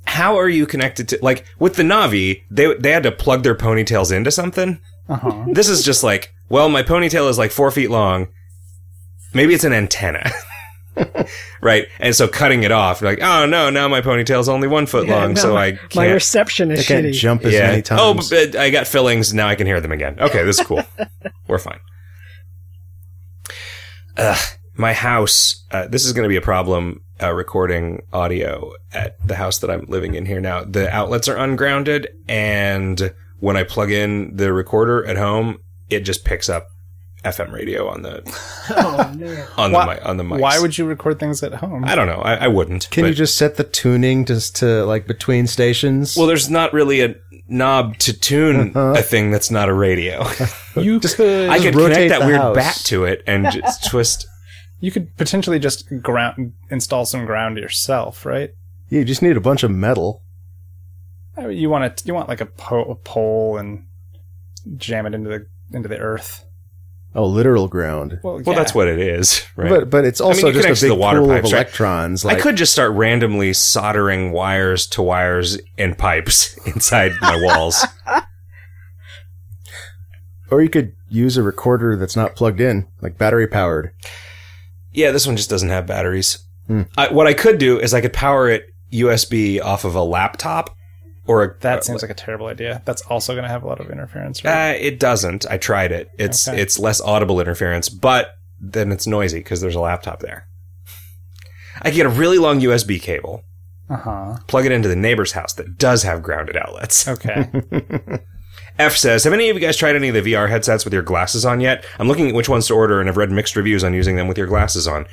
S2: How are you connected to like with the Navi? They they had to plug their ponytails into something.
S4: uh-huh.
S2: This is just like, well, my ponytail is like four feet long. Maybe it's an antenna. right? And so cutting it off, like, oh no, now my ponytail's only one foot long,
S1: No,
S2: so
S1: my,
S2: I
S1: my
S2: can't.
S1: reception is
S3: I can't
S1: shitty.
S3: jump as
S2: yeah.
S3: many times.
S2: Oh, but I got fillings. Now I can hear them again. Okay, this is cool. We're fine. Ugh, my house. Uh, this is going to be a problem uh, recording audio at the house that I'm living in here now. The outlets are ungrounded, and when I plug in the recorder at home, it just picks up FM radio on the
S1: oh man!
S2: on
S4: Why-
S2: the mi- on the mics.
S4: Why would you record things at home?
S2: I don't know? I, I wouldn't.
S3: Can
S2: but-
S3: you just set the tuning just to like between stations?
S2: Well, there's not really a knob to tune
S3: Uh-huh.
S2: a thing that's not a radio.
S4: you could
S2: I could
S3: rotate
S2: connect that
S3: the
S2: weird
S3: house.
S2: bat to it and just twist.
S4: you could potentially just ground install some ground yourself, right?
S3: you just need a bunch of metal.
S4: I mean, You want to you want like a, po- a pole and jam it into the into the earth.
S3: Oh, literal ground.
S4: Well,
S2: Well,
S4: yeah.
S2: that's what it is, right?
S3: But but it's also
S2: you connect
S3: just
S2: to
S3: a
S2: the
S3: big
S2: water
S3: pool
S2: pipes,
S3: of
S2: right?
S3: electrons.
S2: I
S3: Like,
S2: could just start randomly soldering wires to wires and pipes inside my walls.
S3: or you could use a recorder that's not plugged in, like battery powered.
S2: Yeah, this one just doesn't have batteries.
S3: Hmm.
S2: I, what I could do is I could power it USB off of a laptop or a.
S4: That seems like a terrible idea. That's also going to have a lot of interference. Right?
S2: Uh, it doesn't. I tried it. It's
S4: Okay.
S2: it's less audible interference, but then it's noisy because there's a laptop there. I could get a really long USB cable,
S4: Uh huh.
S2: plug it into the neighbor's house that does have grounded outlets.
S4: Okay.
S2: F says, "Have any of you guys tried any of the VR headsets with your glasses on yet? I'm looking at which ones to order, and I've read mixed reviews on using them with your glasses on.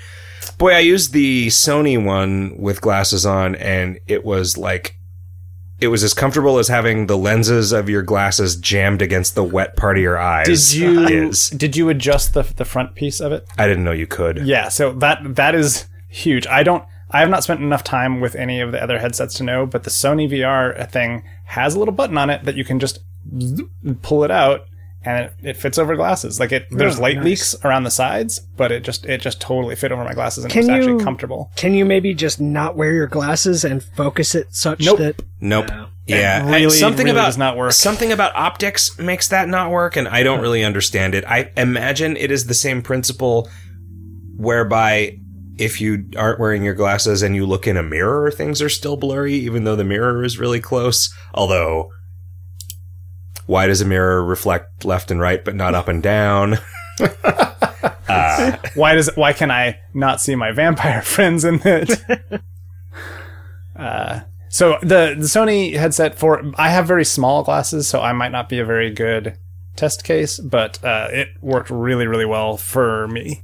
S2: Boy, I used the Sony one with glasses on, and it was like." It was as comfortable as having the lenses of your glasses jammed against the wet part of your eyes.
S4: did you
S2: is.
S4: did you adjust the the front piece of it?
S2: I didn't know you could.
S4: Yeah. So that that is huge. I don't. I have not spent enough time with any of the other headsets to know, but the Sony VR thing has a little button on it that you can just pull it out and it, it fits over glasses. Like it, there's
S1: Oh,
S4: light
S1: nice.
S4: leaks around the sides, but it just it just totally fit over my glasses and
S1: Can
S4: it was
S1: you-
S4: actually comfortable.
S1: Can you maybe just not wear your glasses and focus it such
S4: Nope.
S1: that
S2: Nope.
S1: No.
S2: Yeah.
S4: It really,
S2: And something
S4: really
S2: about
S4: does not work.
S2: Something about optics makes that not work, and I don't really understand it. I imagine it is the same principle whereby if you aren't wearing your glasses and you look in a mirror, things are still blurry, even though the mirror is really close. Although, why does a mirror reflect left and right, but not up and down? uh,
S4: Why does why can I not see my vampire friends in it? uh, so the the Sony headset for I have very small glasses, so I might not be a very good test case, but uh, it worked really really well for me.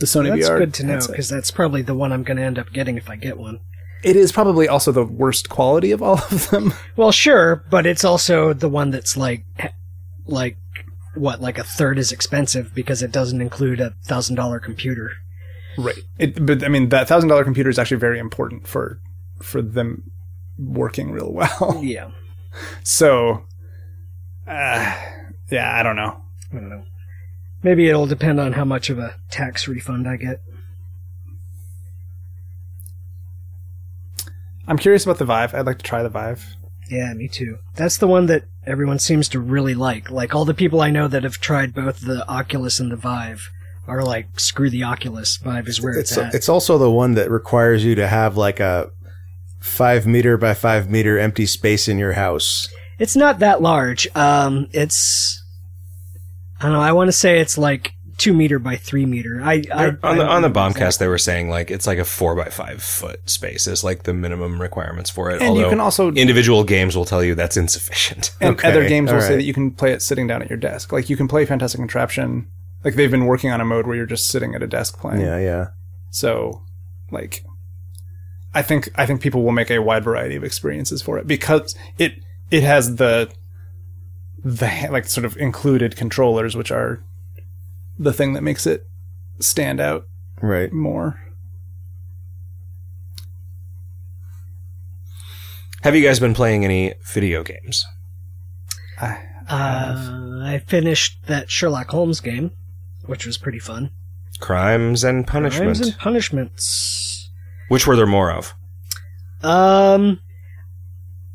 S4: The Sony
S1: that's
S4: VR
S1: good to know
S4: headset.
S1: because that's probably the one I'm going to end up getting if I get one.
S4: It is probably also the worst quality of all of them.
S1: Well, sure, but it's also the one that's like, h- like, what, like a third as expensive because it doesn't include a thousand dollar computer.
S4: Right. It, but I mean, that thousand dollar computer is actually very important for for them working real well.
S1: Yeah,
S4: So, uh, yeah, I don't know.
S1: I don't know. Maybe it'll depend on how much of a tax refund I get.
S4: I'm curious about the Vive. I'd like to try the Vive.
S1: Yeah, me too. That's the one that everyone seems to really like. Like all the people I know that have tried both the Oculus and the Vive are like, screw the Oculus. Vive is where it's,
S3: It's
S1: at.
S3: it's also the one that requires you to have like a five meter by five meter empty space in your house.
S1: It's not that large. Um, it's I don't know. I want to say it's like two meter by three meter. I, I
S2: on the
S1: I-
S2: on the bombcast, they were saying like it's like a four by five foot space is like the minimum requirements for it.
S4: And
S2: although
S4: you can also
S2: individual games will tell you that's insufficient.
S4: and
S3: Okay,
S4: other games will
S3: all
S4: say
S3: right.
S4: that you can play it sitting down at your desk. Like you can play Fantastic Contraption. Like they've been working on a mode where you're just sitting at a desk playing.
S3: Yeah, yeah.
S4: So, like, I think I think people will make a wide variety of experiences for it because it it has the the like sort of included controllers, which are the thing that makes it stand out
S3: Right.
S4: more.
S2: Have you guys been playing any video games?
S4: I,
S1: Uh, I finished that Sherlock Holmes game, which was pretty fun.
S2: Crimes and Punishment.
S1: Crimes and punishments.
S2: Which were there more of?
S1: Um,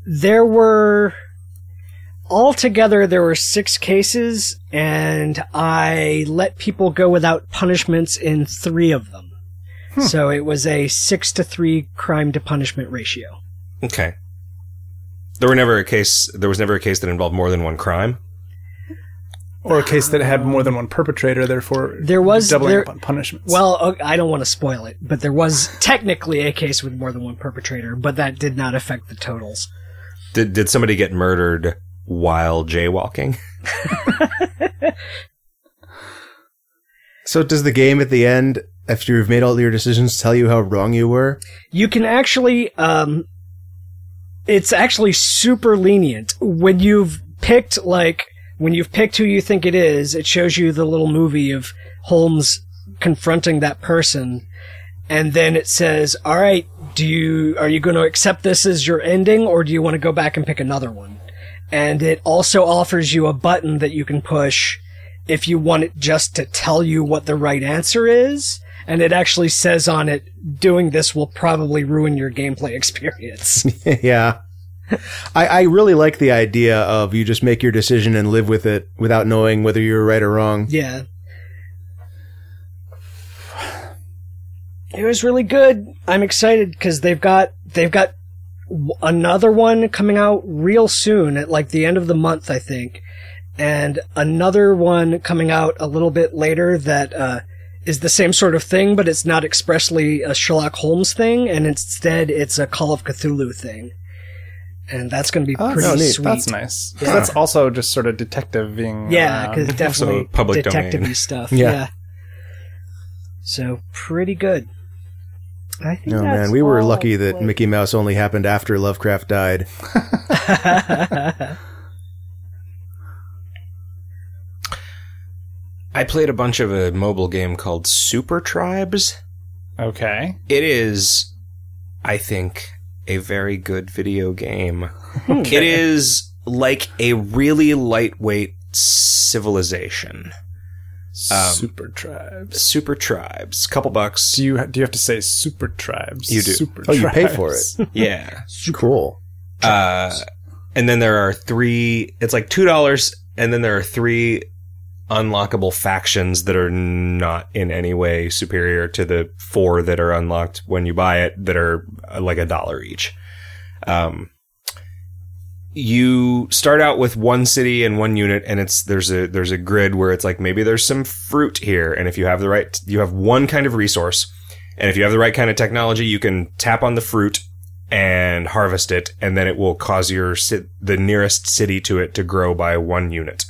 S1: there were altogether there were six cases, and I let people go without punishments in three of them.
S2: Hmm.
S1: So it was a six to three crime to punishment ratio.
S2: Okay. There were never a case. There was never a case that involved more than one crime.
S4: or a case that had more than one perpetrator, therefore
S1: There was-
S4: doubling
S1: there-
S4: up on punishments.
S1: Well, o- I don't want to spoil it, but there was technically a case with more than one perpetrator, but that did not affect the totals.
S2: Did did somebody get murdered while jaywalking?
S3: So does the game at the end, after you've made all your decisions, tell you how wrong you were?
S1: You can actually, um, it's actually super lenient. When you've picked, like, when you've picked who you think it is, it shows you the little movie of Holmes confronting that person, and then it says, all right, do you, are you going to accept this as your ending, or do you want to go back and pick another one? And it also offers you a button that you can push if you want it just to tell you what the right answer is. And it actually says on it, doing this will probably ruin your gameplay experience.
S3: yeah. I, I really like the idea of you just make your decision and live with it without knowing whether you're right or wrong.
S1: yeah. It was really good. I'm excited because they've got, they've got w- another one coming out real soon at like the end of the month, I think. And another one coming out a little bit later that, uh, is the same sort of thing, but it's not expressly a Sherlock Holmes thing, and instead it's a Call of Cthulhu thing. And that's going to be
S4: Oh, that's,
S1: pretty
S4: oh, neat.
S1: sweet.
S4: that's nice. 'Cause That's also just sort of detective being. um,
S1: Yeah,
S4: around.
S1: because definitely
S2: Um, public
S1: detective
S2: domain.
S1: stuff.
S3: Yeah.
S1: Yeah. So pretty good. I think
S3: No
S1: that's
S3: man, we were
S1: all.
S3: lucky that Mickey Mouse only happened after Lovecraft died.
S2: I played a bunch of a mobile game called Super Tribes.
S4: okay.
S2: It is, I think, a very good video game. It is like a really lightweight civilization, Um,
S4: super tribes.
S2: super tribes, couple bucks.
S4: Do you do you have to say super tribes?
S2: You do.
S4: Super
S3: Oh, you pay for
S4: tribes.
S2: Yeah.
S3: Cool.
S2: Uh, and then there are three. It's like two dollars, and then there are three unlockable factions that are not in any way superior to the four that are unlocked when you buy it. That are uh, like a dollar each. Um, you start out with one city and one unit, and it's there's a there's a grid where it's like maybe there's some fruit here, and if you have the right, you have one kind of resource, and if you have the right kind of technology, you can tap on the fruit and harvest it, and then it will cause your ci- the nearest city to it to grow by one unit.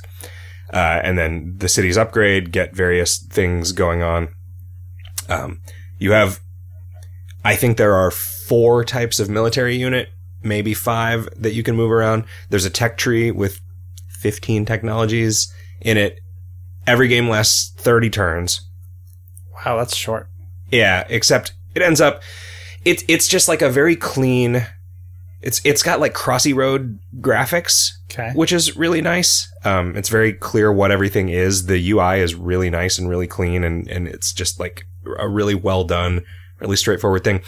S2: Uh, and then the cities upgrade, get various things going on. Um, you have, I think there are four types of military unit, maybe five that you can move around. There's a tech tree with 15 technologies in it. Every game lasts 30 turns.
S4: Wow, that's short.
S2: Yeah, except it ends up it's it's just like a very clean it's it's got like crossy road graphics,
S4: Okay.
S2: which is really nice. Um, it's very clear what everything is. The UI is really nice and really clean and, and it's just like a really well done, really straightforward thing.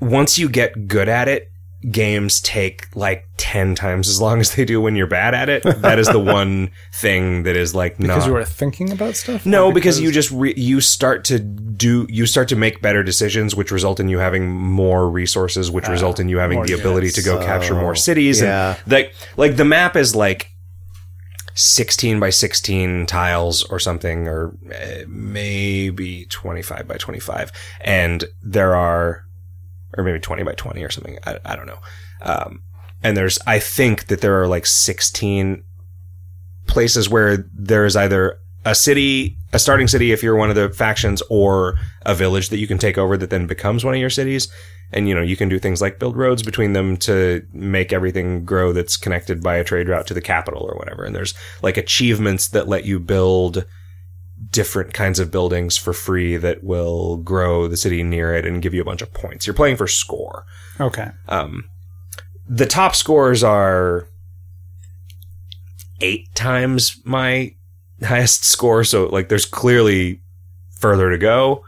S2: Once you get good at it, games take like ten times as long as they do when you're bad at it. That is the one thing that is like
S4: Because
S2: not
S4: you were thinking about stuff.
S2: no,
S4: Or
S2: because, you just re- you start to do you start to make better decisions, which result in you having more resources, which result in you having
S4: Ah, more
S2: the ability
S4: units. Oh,
S2: to go capture more
S3: So,
S2: cities.
S3: yeah.
S2: And like like the map is like sixteen by sixteen tiles or something, or eh, maybe twenty five by twenty five, and there are or maybe twenty by twenty or something. I, I don't know. Um, and there's I think that there are like sixteen places where there is either a city, a starting city if you're one of the factions, or a village that you can take over that then becomes one of your cities. And you know, you can do things like build roads between them to make everything grow that's connected by a trade route to the capital or whatever. And there's like achievements that let you build different kinds of buildings for free that will grow the city near it and give you a bunch of points. You're playing for score.
S4: Okay.
S2: Um, the top scores are eight times my highest score, so like there's clearly further to go.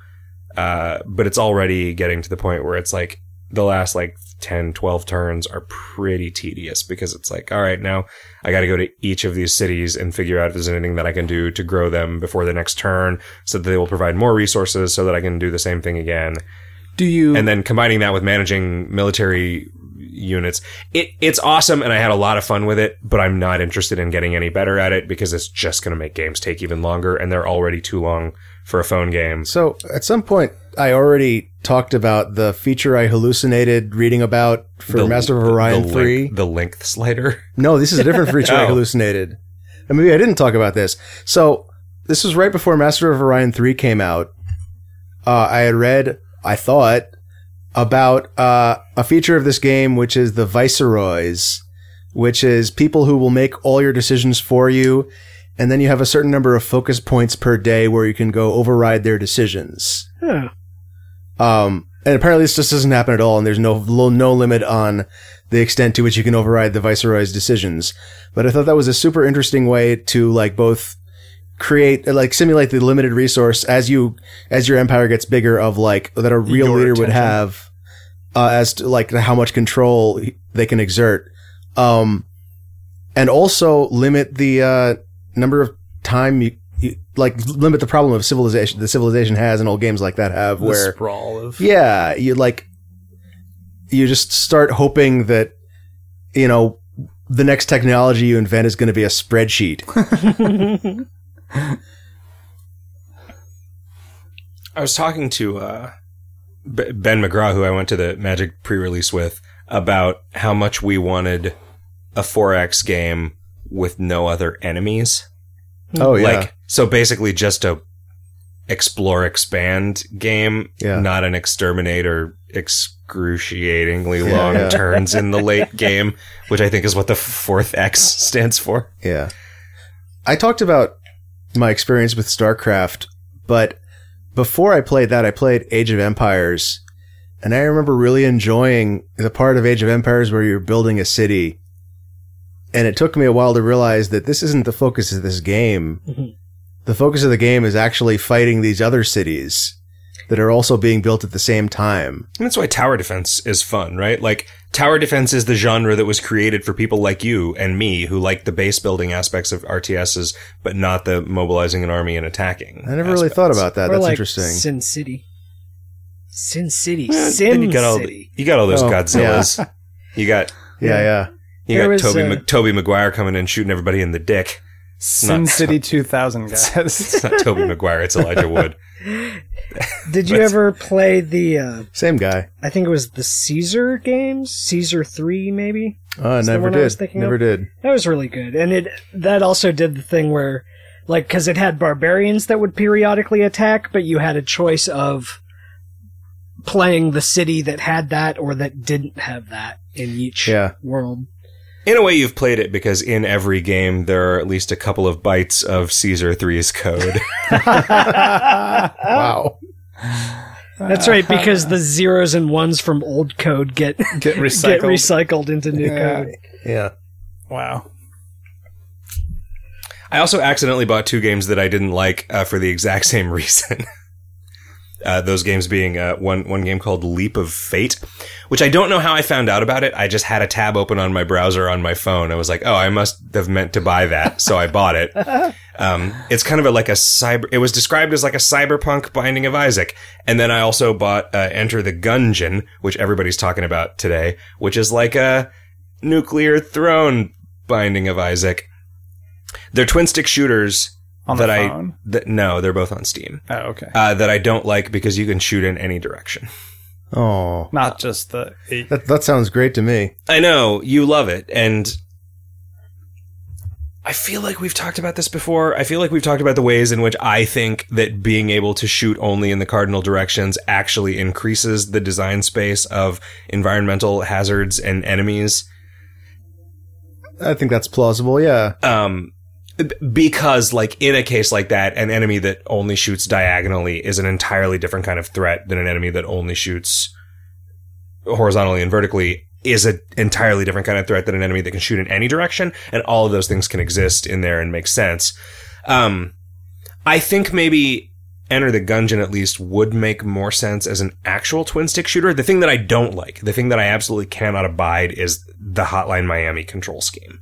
S2: Uh, but it's already getting to the point where it's like the last like 10, 12 turns are pretty tedious because it's like, all right, now I got to go to each of these cities and figure out if there's anything that I can do to grow them before the next turn so that they will provide more resources so that I can do the same thing again
S4: Do you?
S2: and then combining that with managing military units it it's awesome and i had a lot of fun with it but i'm not interested in getting any better at it because it's just going to make games take even longer and they're already too long for a phone game
S3: So at some point, I already talked about the feature I hallucinated reading about for
S2: The-
S3: Master of Orion
S2: the
S3: 3.
S2: length, the length slider
S3: No, this is a different feature I
S2: Oh.
S3: hallucinated. And maybe I didn't talk about this. So this was right before Master of Orion 3 came out. Uh, I had read, I thought, about uh, a feature of this game, which is the viceroys, which is people who will make all your decisions for you. And then you have a certain number of focus points per day where you can go override their decisions.
S1: Huh.
S3: Um, and apparently, this just doesn't happen at all, and there's no no limit on the extent to which you can override the viceroy's decisions. But I thought that was a super interesting way to like both create like simulate the limited resource as you as your empire gets bigger of like that a real
S4: Your
S3: leader would
S4: attention.
S3: have uh, as to like how much control they can exert, um, and also limit the uh, number of time you. you- Like limit the problem of civilization the civilization has and old games like that have
S4: the
S3: where
S4: sprawl of
S3: yeah, you like you just start hoping that you know the next technology you invent is going to be a spreadsheet.
S2: I was talking to uh, B- Ben McGraw, who I went to the Magic pre-release with, about how much we wanted a 4X game with no other enemies.
S3: oh yeah,
S2: Like, so basically just a explore, expand game,
S3: Yeah.
S2: not an exterminate or excruciatingly
S3: Yeah,
S2: long
S3: yeah.
S2: turns in the late game, which I think is what the fourth X stands for.
S3: yeah. I talked about my experience with StarCraft, but before I played that, I played Age of Empires, and I remember really enjoying the part of Age of Empires where you're building a city and it took me a while to realize that this isn't the focus of this game.
S1: Mhm.
S3: The focus of the game is actually fighting these other cities that are also being built at the same time.
S2: And that's why tower defense is fun, right? Like tower defense is the genre that was created for people like you and me who like the base building aspects of RTSs, but not the mobilizing an army and attacking.
S3: I never really thought about that.
S1: Or
S3: That's
S1: like
S3: interesting.
S1: Sin City. Sin City.
S2: Eh,
S1: Sin
S2: then you got all
S1: City.
S2: you got all those
S3: Oh,
S2: Godzillas. You got
S3: yeah, yeah.
S2: you
S1: There
S2: got
S1: was,
S2: Toby
S1: uh,
S2: Mag- Toby Maguire coming in shooting everybody in the dick.
S4: Sin
S2: not-
S4: City 2000, guys.
S2: It's not Toby Maguire, it's Elijah Wood.
S1: Did you
S2: That's-
S1: ever play the? Uh,
S3: Same guy.
S1: I think it was the Caesar games, Caesar Three, maybe.
S3: Oh, I
S1: That's the
S3: never
S1: one I was
S3: did.
S1: thinking
S3: Never
S1: of.
S3: did.
S1: That was really good, and it that also did the thing where, like, because it had barbarians that would periodically attack, but you had a choice of playing the city that had that or that didn't have that in each
S3: Yeah.
S1: world.
S2: In a way, you've played it because in every game there are at least a couple of bytes of Caesar 3's code.
S1: Oh.
S3: Wow.
S1: That's right, because the zeros and ones from old code get
S4: Get
S1: get
S4: recycled.
S1: recycled into new
S4: Yeah.
S1: code.
S3: Yeah.
S4: wow.
S2: I also accidentally bought two games that I didn't like uh, for the exact same reason. uh, those games being uh, one one game called Leap of Fate, which I don't know how I found out about it. I just had a tab open on my browser on my phone. I was like, oh, I must have meant to buy that, so I bought it. Um, it's kind of a, like a cyber. It was described as like a cyberpunk Binding of Isaac, and then I also bought uh, Enter the Gungeon, which everybody's talking about today, which is like a nuclear throne Binding of Isaac. They're twin stick shooters
S4: On the
S2: That I-
S4: phone?
S2: that no, they're both on Steam.
S4: Oh, okay.
S2: Uh, that I don't like because you can shoot in any direction.
S3: Oh.
S2: Uh,
S4: Not just the eight.
S3: That that sounds great to me.
S2: I know you love it, and I feel like we've talked about this before. I feel like we've talked about the ways in which I think that being able to shoot only in the cardinal directions actually increases the design space of environmental hazards and enemies.
S3: I think that's plausible. Yeah.
S2: Um, b- because like in a case like that, an enemy that only shoots diagonally is an entirely different kind of threat than an enemy that only shoots horizontally and vertically is an entirely different kind of threat than an enemy that can shoot in any direction. And all of those things can exist in there and make sense. Um, I think maybe Enter the Gungeon at least would make more sense as an actual twin stick shooter. The thing that I don't like, the thing that I absolutely cannot abide is the Hotline Miami control scheme.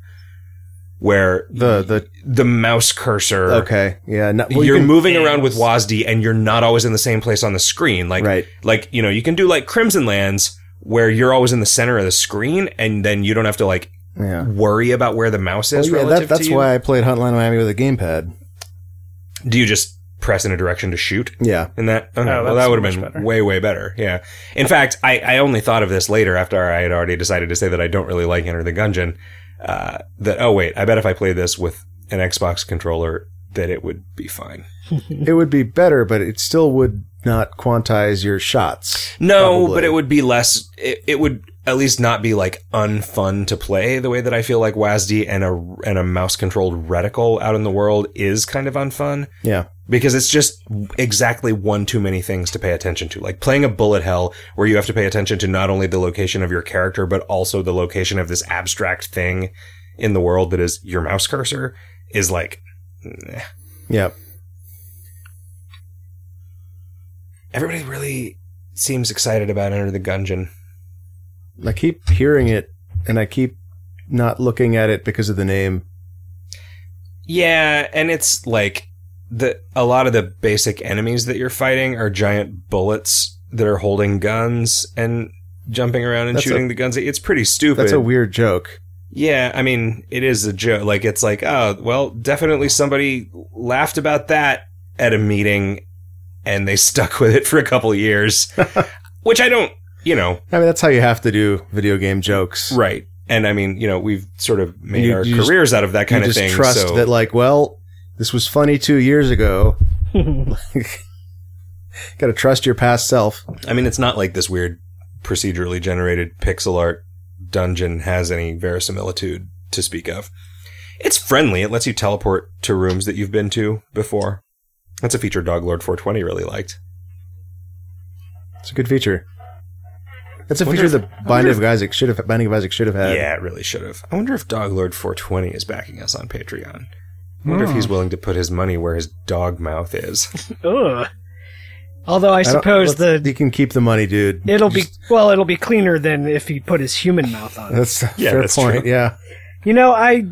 S2: Where
S3: The the
S2: the mouse cursor.
S3: okay. Yeah. Not, well, you
S2: you're
S3: can-
S2: moving around with WASD and you're not always in the same place on the screen. Like,
S3: right.
S2: like you know, you can do like Crimson Lands where you're always in the center of the screen and then you don't have to like
S3: Yeah.
S2: worry about where the mouse is
S3: Well, Oh, yeah,
S2: relative
S3: that, that's
S2: to you.
S3: why I played Hotline Miami with a gamepad.
S2: Do you just press in a direction to shoot?
S3: Yeah.
S2: And that, okay,
S4: Oh,
S2: well,
S4: that's
S2: that would have
S4: much
S2: been
S4: better.
S2: way, way better. Yeah. In fact, I, I only thought of this later after I had already decided to say that I don't really like Enter the Gungeon. Uh, that, oh, wait, I bet if I played this with an Xbox controller, that it would be fine.
S3: It would be better, but it still would not quantize your shots.
S2: No,
S3: Probably.
S2: but it would be less. It, it would at least not be like unfun to play the way that I feel like WASD and a and a mouse controlled reticle out in the world is kind of unfun
S3: Yeah.
S2: because it's just exactly one too many things to pay attention to. Like playing a bullet hell where you have to pay attention to not only the location of your character but also the location of this abstract thing in the world that is your mouse cursor is like eh.
S3: Yeah.
S2: everybody really seems excited about Enter the Gungeon.
S3: I keep hearing it, and I keep not looking at it because of the name.
S2: Yeah, and it's like the a lot of the basic enemies that you're fighting are giant bullets that are holding guns and jumping around and
S3: That's
S2: shooting the guns. It's pretty stupid.
S3: That's a weird joke.
S2: yeah, I mean, it is a joke. Like it's like, oh, well, definitely somebody laughed about that at a meeting and they stuck with it for a couple years, which I don't, you know,
S3: I mean, that's how you have to do video game jokes.
S2: right. And I mean, you know, we've sort of made
S3: You-
S2: our
S3: you just-
S2: careers out of that kind
S3: you
S2: of
S3: just
S2: thing.
S3: trust
S2: so
S3: that, like, well, this was funny two years ago. Got to trust your past self.
S2: I mean, it's not like this weird procedurally generated pixel art dungeon has any verisimilitude to speak of. It's friendly. It lets you teleport to rooms that you've been to before. That's a feature Doglord 420 really liked.
S3: It's a good feature. That's a feature that Binding of Isaac should have Binding of Isaac should have had.
S2: Yeah, it really should have. I wonder if Dog Lord 420 is backing us on Patreon. I wonder if he's willing to put his money where his dog mouth is.
S1: Ugh. Although I
S3: I don't-
S1: suppose
S3: let's-
S1: the
S3: you can keep the money, dude.
S1: it'll be well, it'll be cleaner than if he put his human mouth on it.
S3: That's a
S2: Yeah,
S3: fair
S2: that's
S3: point.
S2: true.
S3: Yeah,
S1: You know, I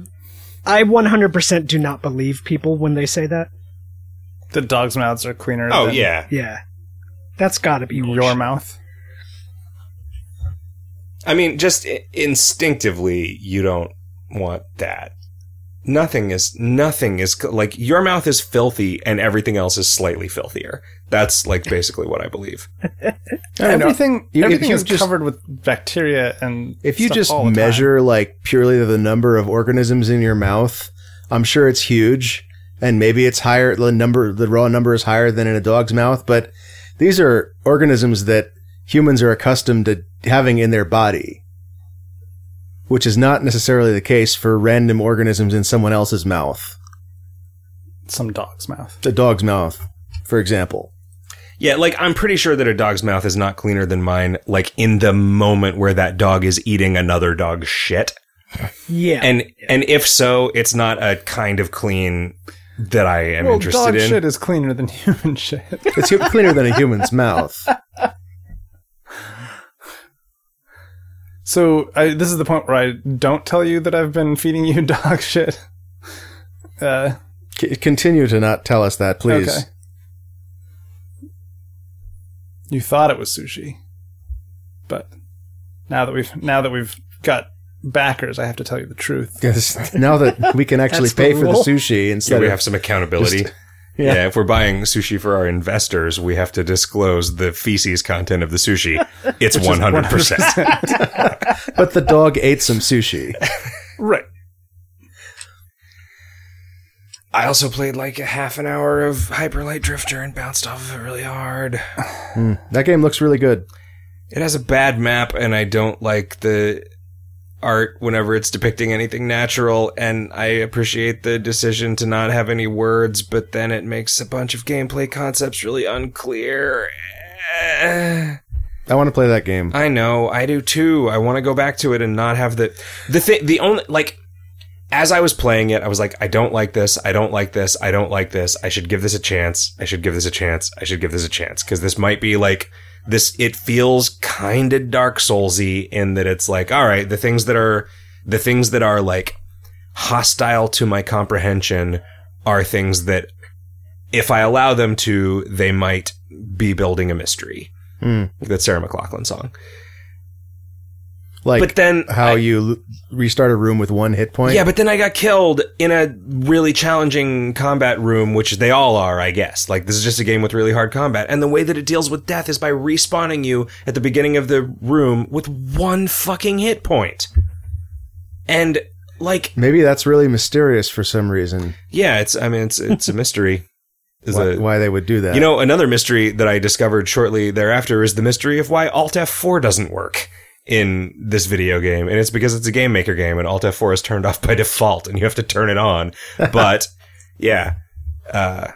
S1: I 100% do not believe people when they say that.
S4: The dog's mouths are cleaner.
S2: oh
S4: than
S2: yeah,
S1: Yeah. That's got to be
S4: your mouth.
S2: I mean, just i- instinctively, you don't want that. Nothing is nothing is c- like your mouth is filthy and everything else is slightly filthier. That's like basically what I believe.
S3: I know.
S4: everything
S3: You- if
S4: everything
S3: you
S4: is
S3: just-
S4: covered with bacteria and
S3: If you
S4: stuff
S3: just
S4: all the time.
S3: measure like purely the number of organisms in your mouth, I'm sure it's huge, and maybe it's higher. The number, the raw number, is higher than in a dog's mouth. But these are organisms that humans are accustomed to having in their body, which is not necessarily the case for random organisms in someone else's mouth.
S4: some dog's mouth.
S3: A dog's mouth, for example.
S2: Yeah, like I'm pretty sure that a dog's mouth is not cleaner than mine. Like in the moment where that dog is eating another dog's shit,
S1: Yeah.
S2: and and if so, it's not a kind of clean that I am
S4: well,
S2: interested
S4: dog
S2: in.
S4: shit is cleaner than human shit.
S3: It's hu- cleaner than a human's mouth.
S4: So I, this is the point where I don't tell you that I've been feeding you dog shit. Uh,
S3: C- continue to not tell us that, please.
S4: Okay. you thought it was sushi, but now that we've now that we've got backers, I have to tell you the truth.
S3: Yes, now that we can actually
S1: That's
S3: pay
S1: the
S3: for the
S1: rule.
S3: sushi
S2: Yeah,
S3: instead
S2: we
S3: of
S2: have some accountability. yeah. if we're buying sushi for our investors, we have to disclose the feces content of the sushi. It's one hundred percent.
S3: but the dog ate some sushi.
S4: Right.
S2: I also played like a half an hour of Hyperlight Drifter and bounced off of it really hard.
S3: That game looks really good.
S2: It has a bad map, and I don't like the art whenever it's depicting anything natural. And I appreciate the decision to not have any words, but then it makes a bunch of gameplay concepts really unclear. Eh.
S3: I want to play that game.
S2: I know, I do too. I want to go back to it and not have the the thing. The only like as I was playing it, I was like, I don't like this. I don't like this. I don't like this. I should give this a chance. I should give this a chance. I should give this a chance because this might be like this. It feels kind of Dark Soulsy in that it's like, all right, the things that are the things that are like hostile to my comprehension are things that if I allow them to, they might be building a mystery.
S3: Hmm.
S2: That Sarah McLaughlin song
S3: Like
S2: but then
S3: how you l- restart a room with one hit point.
S2: yeah, but then I got killed in a really challenging combat room, which they all are, I guess. Like this is just a game with really hard combat, and the way that it deals with death is by respawning you at the beginning of the room with one fucking hit point. And like,
S3: Maybe that's really mysterious for some reason.
S2: yeah, it's I mean it's it's a mystery. Is
S3: Why,
S2: a-
S3: why they would do that?
S2: you know another mystery that I discovered shortly thereafter is the mystery of why Alt F4 doesn't work in this video game, and it's because it's a game maker game, and Alt F4 is turned off by default, and you have to turn it on. But yeah, uh,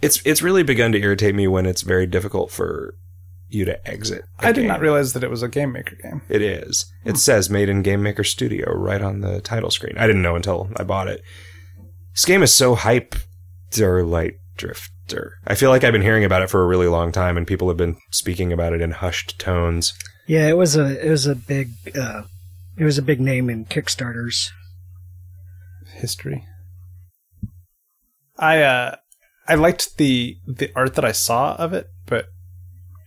S2: it's it's really begun to irritate me when it's very difficult for you to exit. the
S4: I did
S2: game.
S4: not realize that it was a game maker game.
S2: It is. It says made in Game Maker Studio right on the title screen. I didn't know until I bought it. This game is so hype or light drifter. I feel like I've been hearing about it for a really long time and people have been speaking about it in hushed tones.
S1: yeah, it was a it was a big uh it was a big name in Kickstarters.
S4: history. I uh I liked the the art that I saw of it, but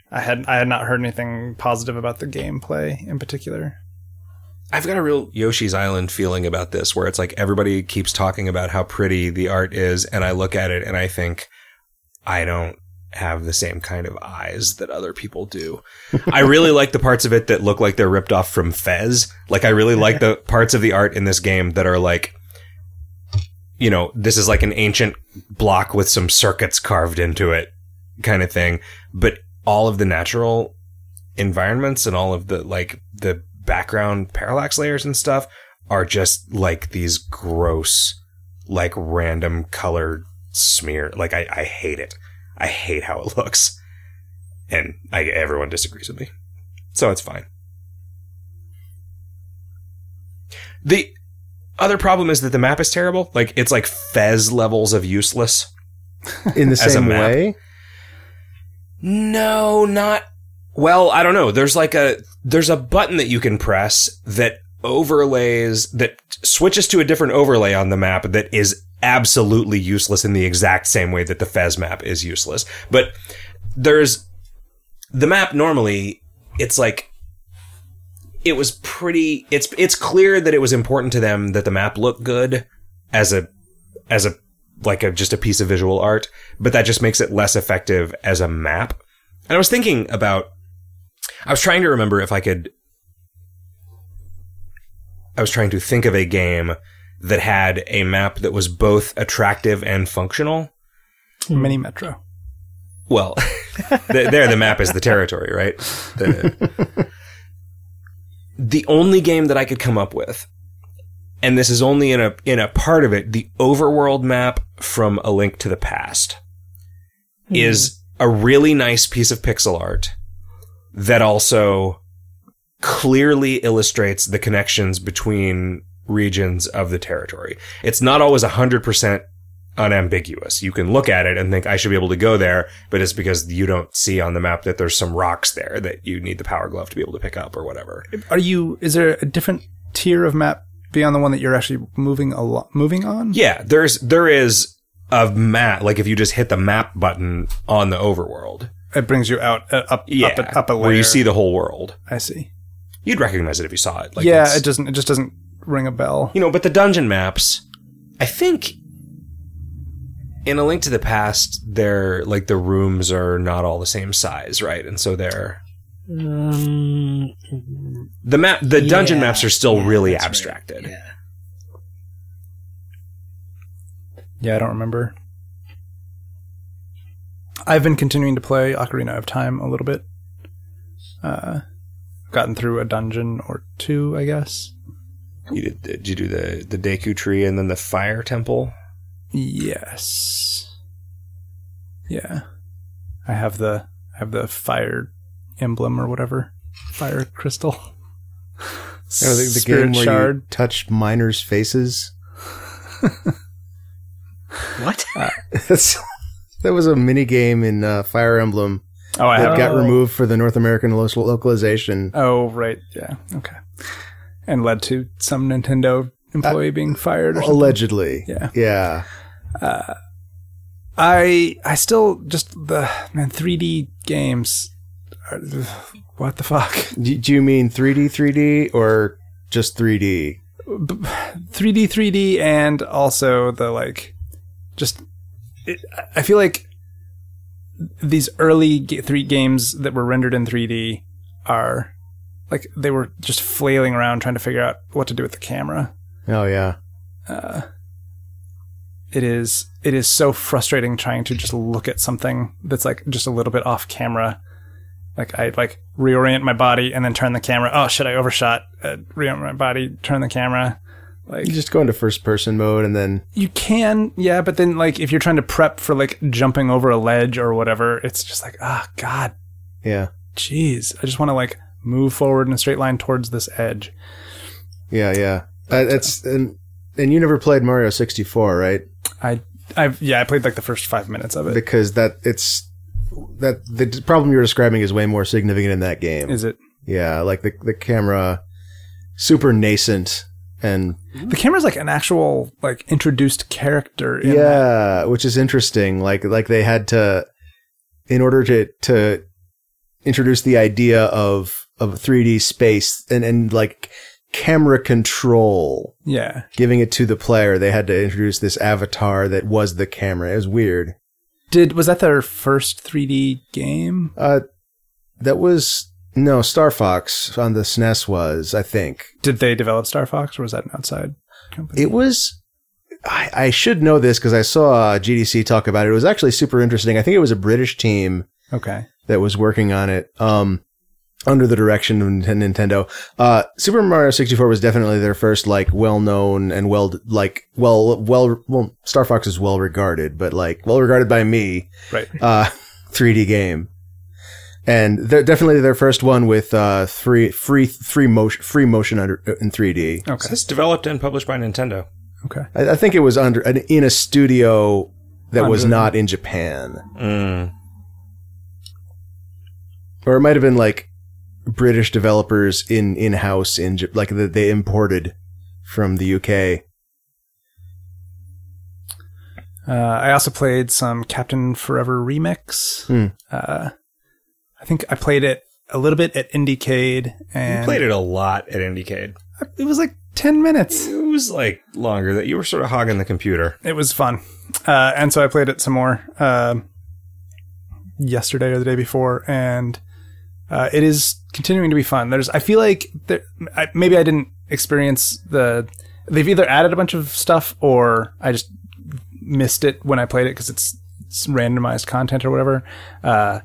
S4: I had I had not heard anything positive about the gameplay in particular.
S2: I've got a real Yoshi's Island feeling about this where it's like everybody keeps talking about how pretty the art is and I look at it and I think I don't have the same kind of eyes that other people do. I really like the parts of it that look like they're ripped off from Fez. Like I really like the parts of the art in this game that are like you know, this is like an ancient block with some circuits carved into it kind of thing, but all of the natural environments and all of the like the background parallax layers and stuff are just like these gross like random color smear like I, I hate it i hate how it looks and I, everyone disagrees with me, so it's fine. The other problem is that the map is terrible. Like it's like Fez levels of useless.
S3: in the
S2: As a
S3: same
S2: map.
S3: way.
S2: No, not well, I don't know. There's like a there's a button that you can press that overlays that switches to a different overlay on the map that is absolutely useless in the exact same way that the Fez map is useless. But there's the map normally it's like it was pretty it's it's clear that it was important to them that the map looked good as a as a like a just a piece of visual art, but that just makes it less effective as a map. And I was thinking about I was trying to remember if I could I was trying to think of a game that had a map that was both attractive and functional. Hmm.
S4: Mini Metro.
S2: Well, th- there the map is the territory, right? The- the only game that I could come up with, and this is only in a in a part of it, the overworld map from A Link to the Past, is a really nice piece of pixel art that also clearly illustrates the connections between regions of the territory. It's not always hundred percent unambiguous. You can look at it and think I should be able to go there, but it's because you don't see on the map that there's some rocks there that you need the power glove to be able to pick up or whatever.
S4: Are you? Is there a different tier of map beyond the one that you're actually moving a lot, moving on?
S2: Yeah, there's there is a map like if you just hit the map button on the overworld.
S4: It brings you out uh, up
S2: Yeah,
S4: up a, up a layer.
S2: where you see the whole world.
S4: I see.
S2: You'd recognize it if you saw it. Like
S4: yeah,
S2: it's-
S4: it doesn't. It just doesn't ring a bell.
S2: you know, but the dungeon maps, I think in A Link to the Past, they're like the rooms are not all the same size, right? And so they're
S1: Um,
S2: the map the dungeon
S1: Yeah,
S2: maps are still
S1: yeah,
S2: really
S1: that's right.
S2: abstracted.
S1: yeah.
S4: Yeah, I don't remember. I've been continuing to play Ocarina of Time a little bit. Uh, gotten through a dungeon or two, I guess.
S2: You did, did you do the the Deku tree and then the fire temple?
S4: Yes. Yeah. I have the I have the fire emblem or whatever. Fire crystal.
S3: You know, Oh, the, the
S4: Spirit
S3: game where
S4: shard.
S3: you touched miners' faces.
S1: What?
S3: That's that was a mini game in uh, Fire Emblem
S4: Oh, I
S3: that
S4: have.
S3: got
S1: Oh.
S3: removed for the North American lo- localization.
S4: Oh, right. Yeah. Okay. And led to some Nintendo employee being fired. Or something.
S3: Allegedly,
S4: Yeah.
S3: yeah.
S4: Uh, I I still just the man 3D games. are- What the fuck?
S3: Do, do you mean 3D, 3D, or just 3D?
S4: 3D 3D and also the like just it, I feel like these early g- three games that were rendered in 3D are like they were just flailing around trying to figure out what to do with the camera.
S3: Oh yeah,
S4: Uh, It is it is so frustrating trying to just look at something that's like just a little bit off camera. Like I like reorient my body and then turn the camera. Oh shit! I overshot. Uh, reorient my body, turn the camera. Like
S3: you just go into first person mode and then
S4: You can, yeah, but then like if you're trying to prep for like jumping over a ledge or whatever, it's just like, ah, god,
S3: yeah,
S4: jeez, I just want to like move forward in a straight line towards this edge.
S3: yeah, yeah. Uh, that's and and you never played Mario 64, right?
S4: I, I've yeah, I played like the first five minutes of it.
S3: Because that it's that the d- problem you're describing is way more significant in that game.
S4: Is it
S3: Yeah, like the the camera super nascent and
S4: the camera's like an actual like introduced character? In that.
S3: yeah, which is interesting. Like like they had to in order to to introduce the idea of of 3D space and and like camera control,
S4: yeah,
S3: giving it to the player. They had to introduce this avatar that was the camera. It was weird.
S4: Did was that their first 3D game?
S3: Uh that was no Star Fox on the SNES was, I think.
S4: Did they develop Star Fox or was that an outside company?
S3: It was. I, I should know this because I saw GDC talk about it. It was actually super interesting. I think it was a British team
S4: okay,
S3: that was working on it um, under the direction of Ninten- Nintendo. Uh, Super Mario 64 was definitely their first like well-known and well like well well well Star Fox is well regarded, but like well regarded by me
S4: right.
S3: uh, 3D uh, game. and they're definitely their first one with uh, three free three motion free motion under, in 3D.
S2: So this developed and published by Nintendo.
S4: Okay.
S3: I, I think it was under an, in a studio that was
S4: Under-
S3: not in Japan,
S2: Mm.
S3: or it might have been like British developers in in house in Ja- like that they imported from the UK.
S4: Uh, I also played some Captain Forever remix.
S3: Hmm.
S4: Uh, I think I played it a little bit at IndieCade, and
S2: You played it a lot at IndieCade.
S4: it was like ten minutes.
S2: It was like longer that you were sort of hogging the computer.
S4: It was fun, uh, and so I played it some more um yesterday or the day before, and uh, it is continuing to be fun. There's, I feel like there, I, maybe I didn't experience the. They've either added a bunch of stuff or I just missed it when I played it because it's, it's randomized content or whatever. Uh,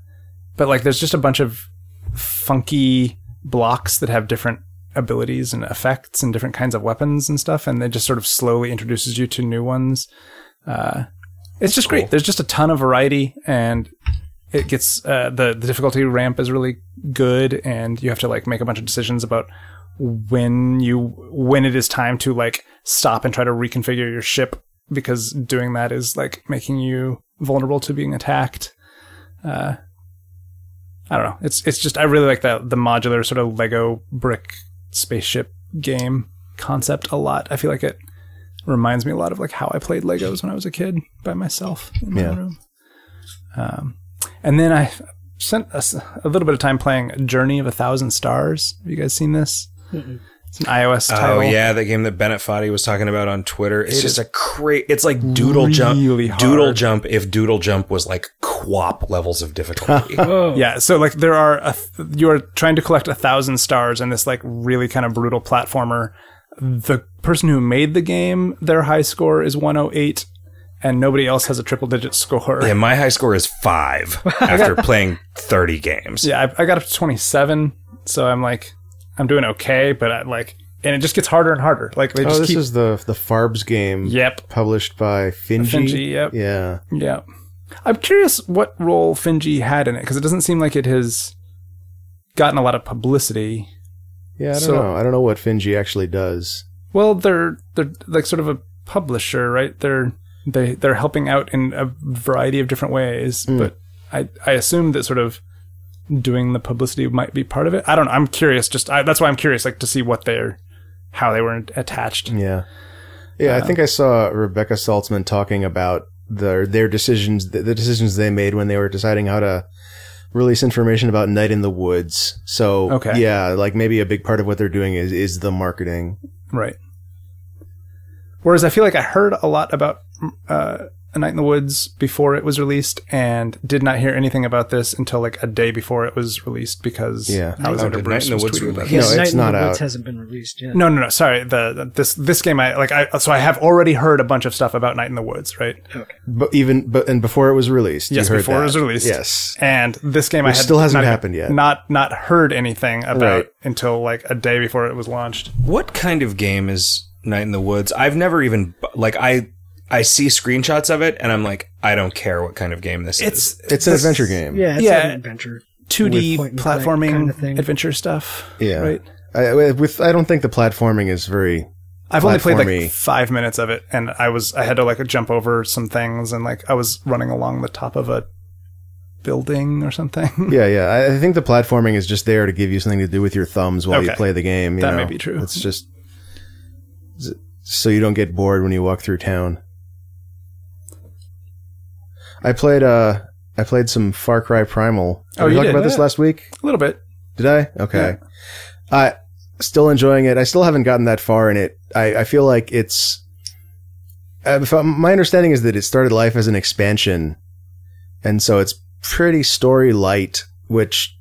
S4: but like, there's just a bunch of funky blocks that have different abilities and effects and different kinds of weapons and stuff, and it just sort of slowly introduces you to new ones. Uh, it's just great. There's just a ton of variety, and it gets uh, the the difficulty ramp is really good, and you have to like make a bunch of decisions about when you when it is time to like stop and try to reconfigure your ship because doing that is like making you vulnerable to being attacked. Uh, I don't know. It's it's just I really like the the modular sort of Lego brick spaceship game concept a lot. I feel like it reminds me a lot of like how I played Legos when I was a kid by myself in my
S3: Yeah.
S4: own room. Um, and then I spent a, s- a little bit of time playing Journey of a Thousand Stars. Have you guys seen this? It's an iOS title.
S2: Oh yeah, that game that Bennett Foddy was talking about on Twitter. It's
S4: It
S2: just
S4: is
S2: a cra It's like Doodle Jump.
S4: really hard.
S2: Doodle Jump. If Doodle Jump was like quap levels of difficulty.
S1: Whoa.
S4: Yeah, so like there are a th- you're trying to collect a thousand stars in this like really kind of brutal platformer. The person who made the game, their high score is 108, and nobody else has a triple digit score.
S2: yeah, my high score is five after playing thirty games.
S4: Yeah, I, I got up to 27, so I'm like, I'm doing okay, but I like, and it just gets harder and harder. Like they
S3: Oh,
S4: just
S3: this
S4: keep.
S3: is the the Farbs game.
S4: yep.
S3: Published by Finji.
S4: Finji, yep.
S3: Yeah.
S4: Yeah. I'm curious what role Finji had in it because it doesn't seem like it has gotten a lot of publicity.
S3: Yeah, I don't
S4: So-
S3: know. I don't know what Finji actually does.
S4: Well, they're they're like sort of a publisher, right? They're they they're helping out in a variety of different ways, but I I assume that sort of doing the publicity might be part of it. I don't. know. I'm curious. Just I, that's why I'm curious, like to see what they're how they were attached.
S3: Yeah. Yeah, I think I saw Rebecca Saltzman talking about their their decisions the, the decisions they made when they were deciding how to release information about Night in the Woods. So
S4: Okay.
S3: yeah, like maybe a big part of what they're doing is is the marketing.
S4: Right. Whereas I feel like I heard a lot about uh, A Night in the Woods before it was released, and did not hear anything about this until like a day before it was released because
S3: Yeah.
S4: Alexander
S2: Oh, did Night
S4: Bruce
S2: in the
S4: was
S2: Woods
S4: tweeting about
S2: release?
S4: it.
S1: Yes,
S3: No,
S1: Night
S3: it's
S1: in
S3: not
S1: the Woods
S3: out.
S1: hasn't been released yet.
S4: No, no, no. Sorry, the, the this this game I like. I so I have already heard a bunch of stuff about Night in the Woods, right?
S3: But even but and before it was released. you
S4: Yes,
S3: heard
S4: before
S3: that.
S4: it was released.
S3: Yes.
S4: And this game I
S3: Which
S4: had
S3: still hasn't
S4: not,
S3: happened yet.
S4: Not not heard anything about
S3: Right.
S4: until like a day before it was launched.
S2: What kind of game is Night in the Woods? I've never even like I I see screenshots of it and I'm like I don't care what kind of game this is.
S4: It's
S3: It's an adventure game.
S1: Yeah, it's
S4: Yeah.
S1: an adventure.
S4: two D
S1: with point and click
S4: platforming
S1: kinda thing.
S4: adventure stuff.
S3: Yeah.
S4: right.
S3: I, with I don't think the platforming is very
S4: I've only played
S3: platformy.
S4: like five minutes of it, and I was I had to like jump over some things, and like I was running along the top of a building or something.
S3: Yeah, yeah. I- I think the platforming is just there to give you something to do with your thumbs while you
S4: Okay.
S3: play the game. you
S4: That may
S3: know?
S4: be true.
S3: It's just s- so you don't get bored when you walk through town. I played uh I played some Far Cry Primal. Did
S4: Oh,
S3: we
S4: you
S3: talk
S4: did,
S3: about this
S4: yeah.
S3: last week?
S4: a little bit.
S3: Did I? Okay. I still enjoying it. I still haven't gotten that far in it. I, I feel like it's. Uh, if I'm- my understanding is that it started life as an expansion, and so it's pretty story light, which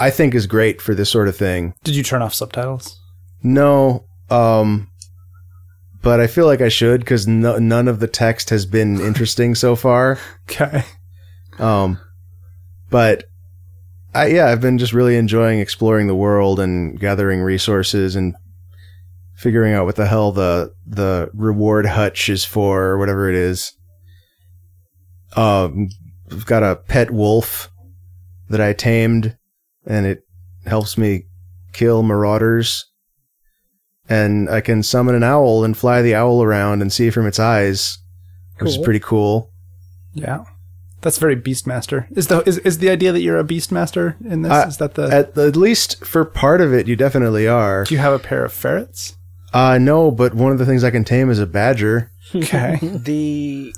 S3: I think is great for this sort of thing.
S4: Did you turn off subtitles?
S3: No, um, but I feel like I should because no, none of the text has been interesting so far.
S4: Okay.
S3: Um, but I, yeah, I've been just really enjoying exploring the world and gathering resources and figuring out what the hell the the reward hutch is for or whatever it is. Um, I've got a pet wolf that I tamed, and it helps me kill marauders. And I can summon an owl and fly the owl around and see from its eyes, which
S1: Cool.
S3: is pretty cool.
S4: Yeah. That's very Beastmaster. Is the is, is the idea that you're a Beastmaster in this?
S3: Uh,
S4: is that the
S3: At, at least for part of it, you definitely are.
S4: do you have a pair of ferrets?
S3: Uh, no, but one of the things I can tame is a badger.
S4: Okay.
S2: the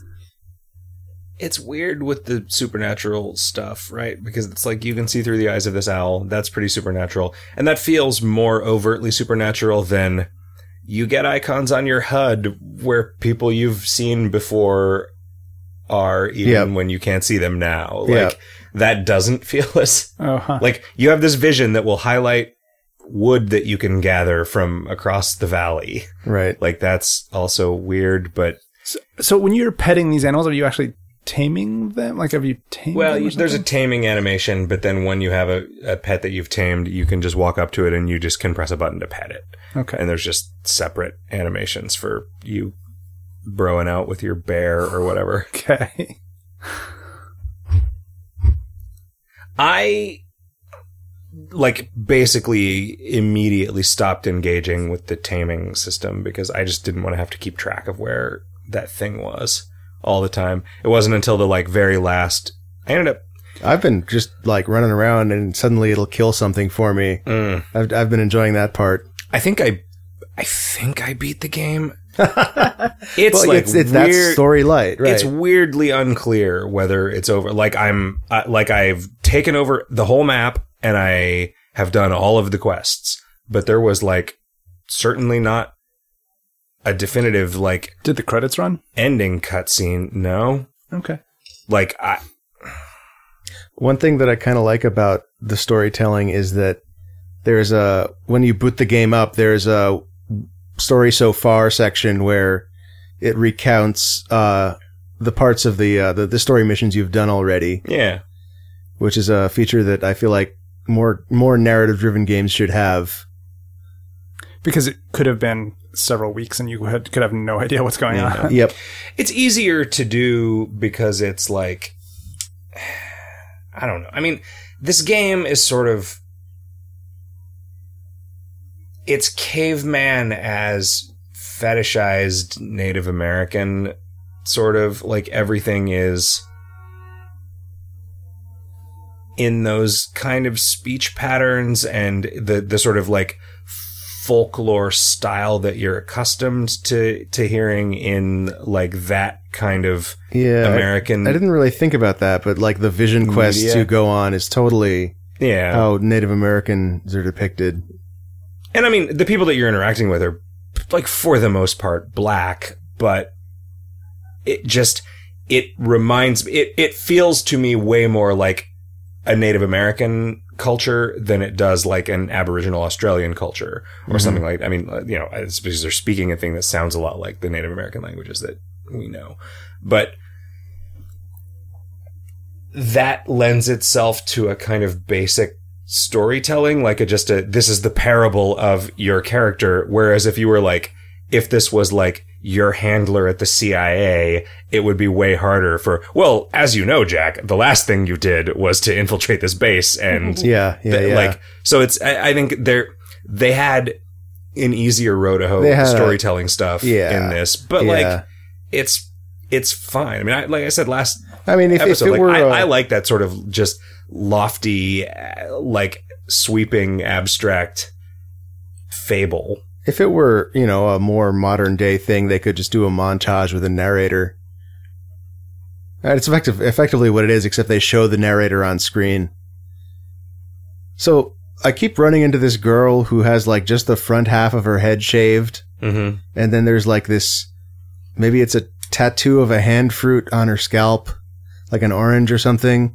S2: it's weird with the supernatural stuff, right? Because it's like you can see through the eyes of this owl. That's pretty supernatural. And that feels more overtly supernatural than you get icons on your HUD where people you've seen before are even
S3: Yep.
S2: when you can't see them now. Like
S3: Yep.
S2: that doesn't feel as
S4: oh huh.
S2: like you have this vision that will highlight wood that you can gather from across the valley.
S3: Right.
S2: Like that's also weird, but
S4: So when you're petting these animals, are you actually taming them? Like have you tamed
S2: Well,
S4: them or
S2: you, there's a
S4: something?
S2: taming animation, but then when you have a, a pet that you've tamed, you can just walk up to it and you just can press a button to pet it.
S4: Okay.
S2: And there's just separate animations for you broing out with your bear or whatever.
S4: okay.
S2: I like basically immediately stopped engaging with the taming system because I just didn't want to have to keep track of where that thing was all the time. It wasn't until the like very last I ended up
S3: I've been just like running around and suddenly it'll kill something for me.
S2: mm,
S3: I've, I've been enjoying that part.
S2: I think I, I think I beat the game. it's
S3: Well,
S2: like
S3: it's, it's
S2: weird.
S3: that story light, right?
S2: It's weirdly unclear whether it's over. Like I'm, uh, like I've taken over the whole map and I have done all of the quests, but there was like certainly not a definitive like
S4: Did the credits run?
S2: ending cutscene. No,
S4: Okay.
S2: like I,
S3: One thing that I kind of like about the storytelling is that there's a when you boot the game up, there's a story so far section where it recounts uh, the parts of the, uh, the the story missions you've done already,
S2: yeah,
S3: which is a feature that I feel like more more narrative driven games should have.
S4: Because it could have been several weeks and you had, could have no idea what's going on.
S3: Yep,
S2: it's easier to do because it's like I don't know. I mean, this game is sort of it's caveman as fetishized Native American sort of like everything is in those kind of speech patterns and the the sort of like folklore style that you're accustomed to to hearing in like that kind of
S3: yeah. I-
S2: American
S3: I didn't really think about that, but like the vision quests
S2: Media.
S3: you go on is totally
S2: yeah
S3: how Native Americans are depicted.
S2: And I mean, the people that you're interacting with are, like, for the most part, black, but it just, it reminds me, it, it feels to me way more like a Native American culture than it does like an Aboriginal Australian culture or
S3: Mhm.
S2: something like I mean, uh, you know, it's because they're speaking a thing that sounds a lot like the Native American languages that we know. But that lends itself to a kind of basic storytelling, like a just a this is the parable of your character. Whereas if you were like, if this was like your handler at the CIA, it would be way harder for, well, as you know, Jack, the last thing you did was to infiltrate this base and
S3: Yeah, yeah,
S2: th-
S3: yeah.
S2: like so it's I, I think they're they had an easier road to hoe
S3: They had a-
S2: storytelling stuff
S3: Yeah.
S2: in this. But
S3: Yeah.
S2: like it's it's fine. I mean, I, like I said last
S3: I mean, if, if
S2: episode.
S3: it
S2: like,
S3: were, uh,
S2: I, I like that sort of just lofty, uh, like sweeping, abstract fable.
S3: if it were, you know, a more modern day thing, they could just do a montage with a narrator. Uh, It's effective, effectively what it is, except they show the narrator on screen. So I keep running into this girl who has like just the front half of her head shaved,
S2: Mm-hmm.
S3: and then there's like this, maybe it's a tattoo of a hand fruit on her scalp, like an orange or something.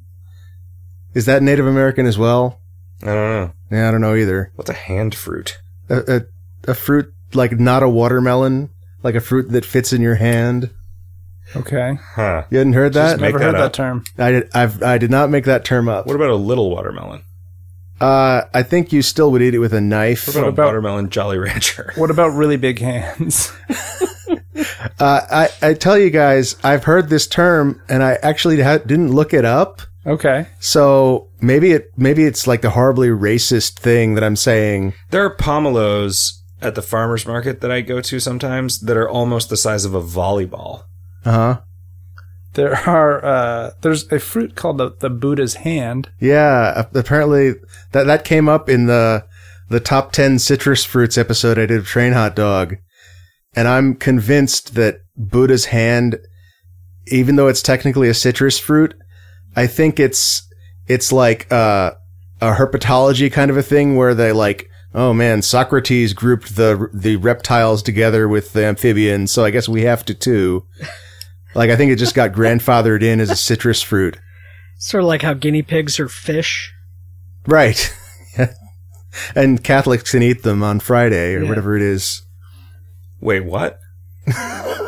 S3: Is that Native American as well?
S2: I don't know
S3: Yeah, I don't know either.
S2: what's a hand fruit.
S3: a, a, a fruit like not a watermelon, like a fruit that fits in your hand.
S4: Okay.
S2: Huh?
S3: You hadn't heard
S2: Just
S3: that?
S2: Make
S4: Never
S2: that
S4: heard
S2: up.
S4: that term.
S3: I did. I've, I did not make that term up.
S2: What about a little watermelon?
S3: Uh, I think you still would eat it with a knife.
S2: What about,
S4: What about-
S2: a watermelon Jolly Rancher?
S4: What about really big hands?
S3: Uh, I, I tell you guys, I've heard this term, and I actually ha- didn't look it up.
S4: Okay.
S3: So maybe it maybe it's like the horribly racist thing that I'm saying.
S2: There are pomelos at the farmers market that I go to sometimes that are almost the size of a volleyball.
S3: Uh huh.
S4: There are uh, there's a fruit called the, the Buddha's hand.
S3: Yeah. ap- Apparently that that came up in the the top ten citrus fruits episode I did of Train Hot Dog, and I'm convinced that Buddha's hand, even though it's technically a citrus fruit, I think it's it's like uh, a herpetology kind of a thing where they like. Oh man, Socrates grouped the the reptiles together with the amphibians, so I guess we have to too. Like I think it just got grandfathered in as a citrus fruit.
S1: Sort of like how guinea pigs are fish.
S3: Right. and Catholics can eat them on Friday or
S1: Yeah.
S3: whatever it is.
S2: Wait, what?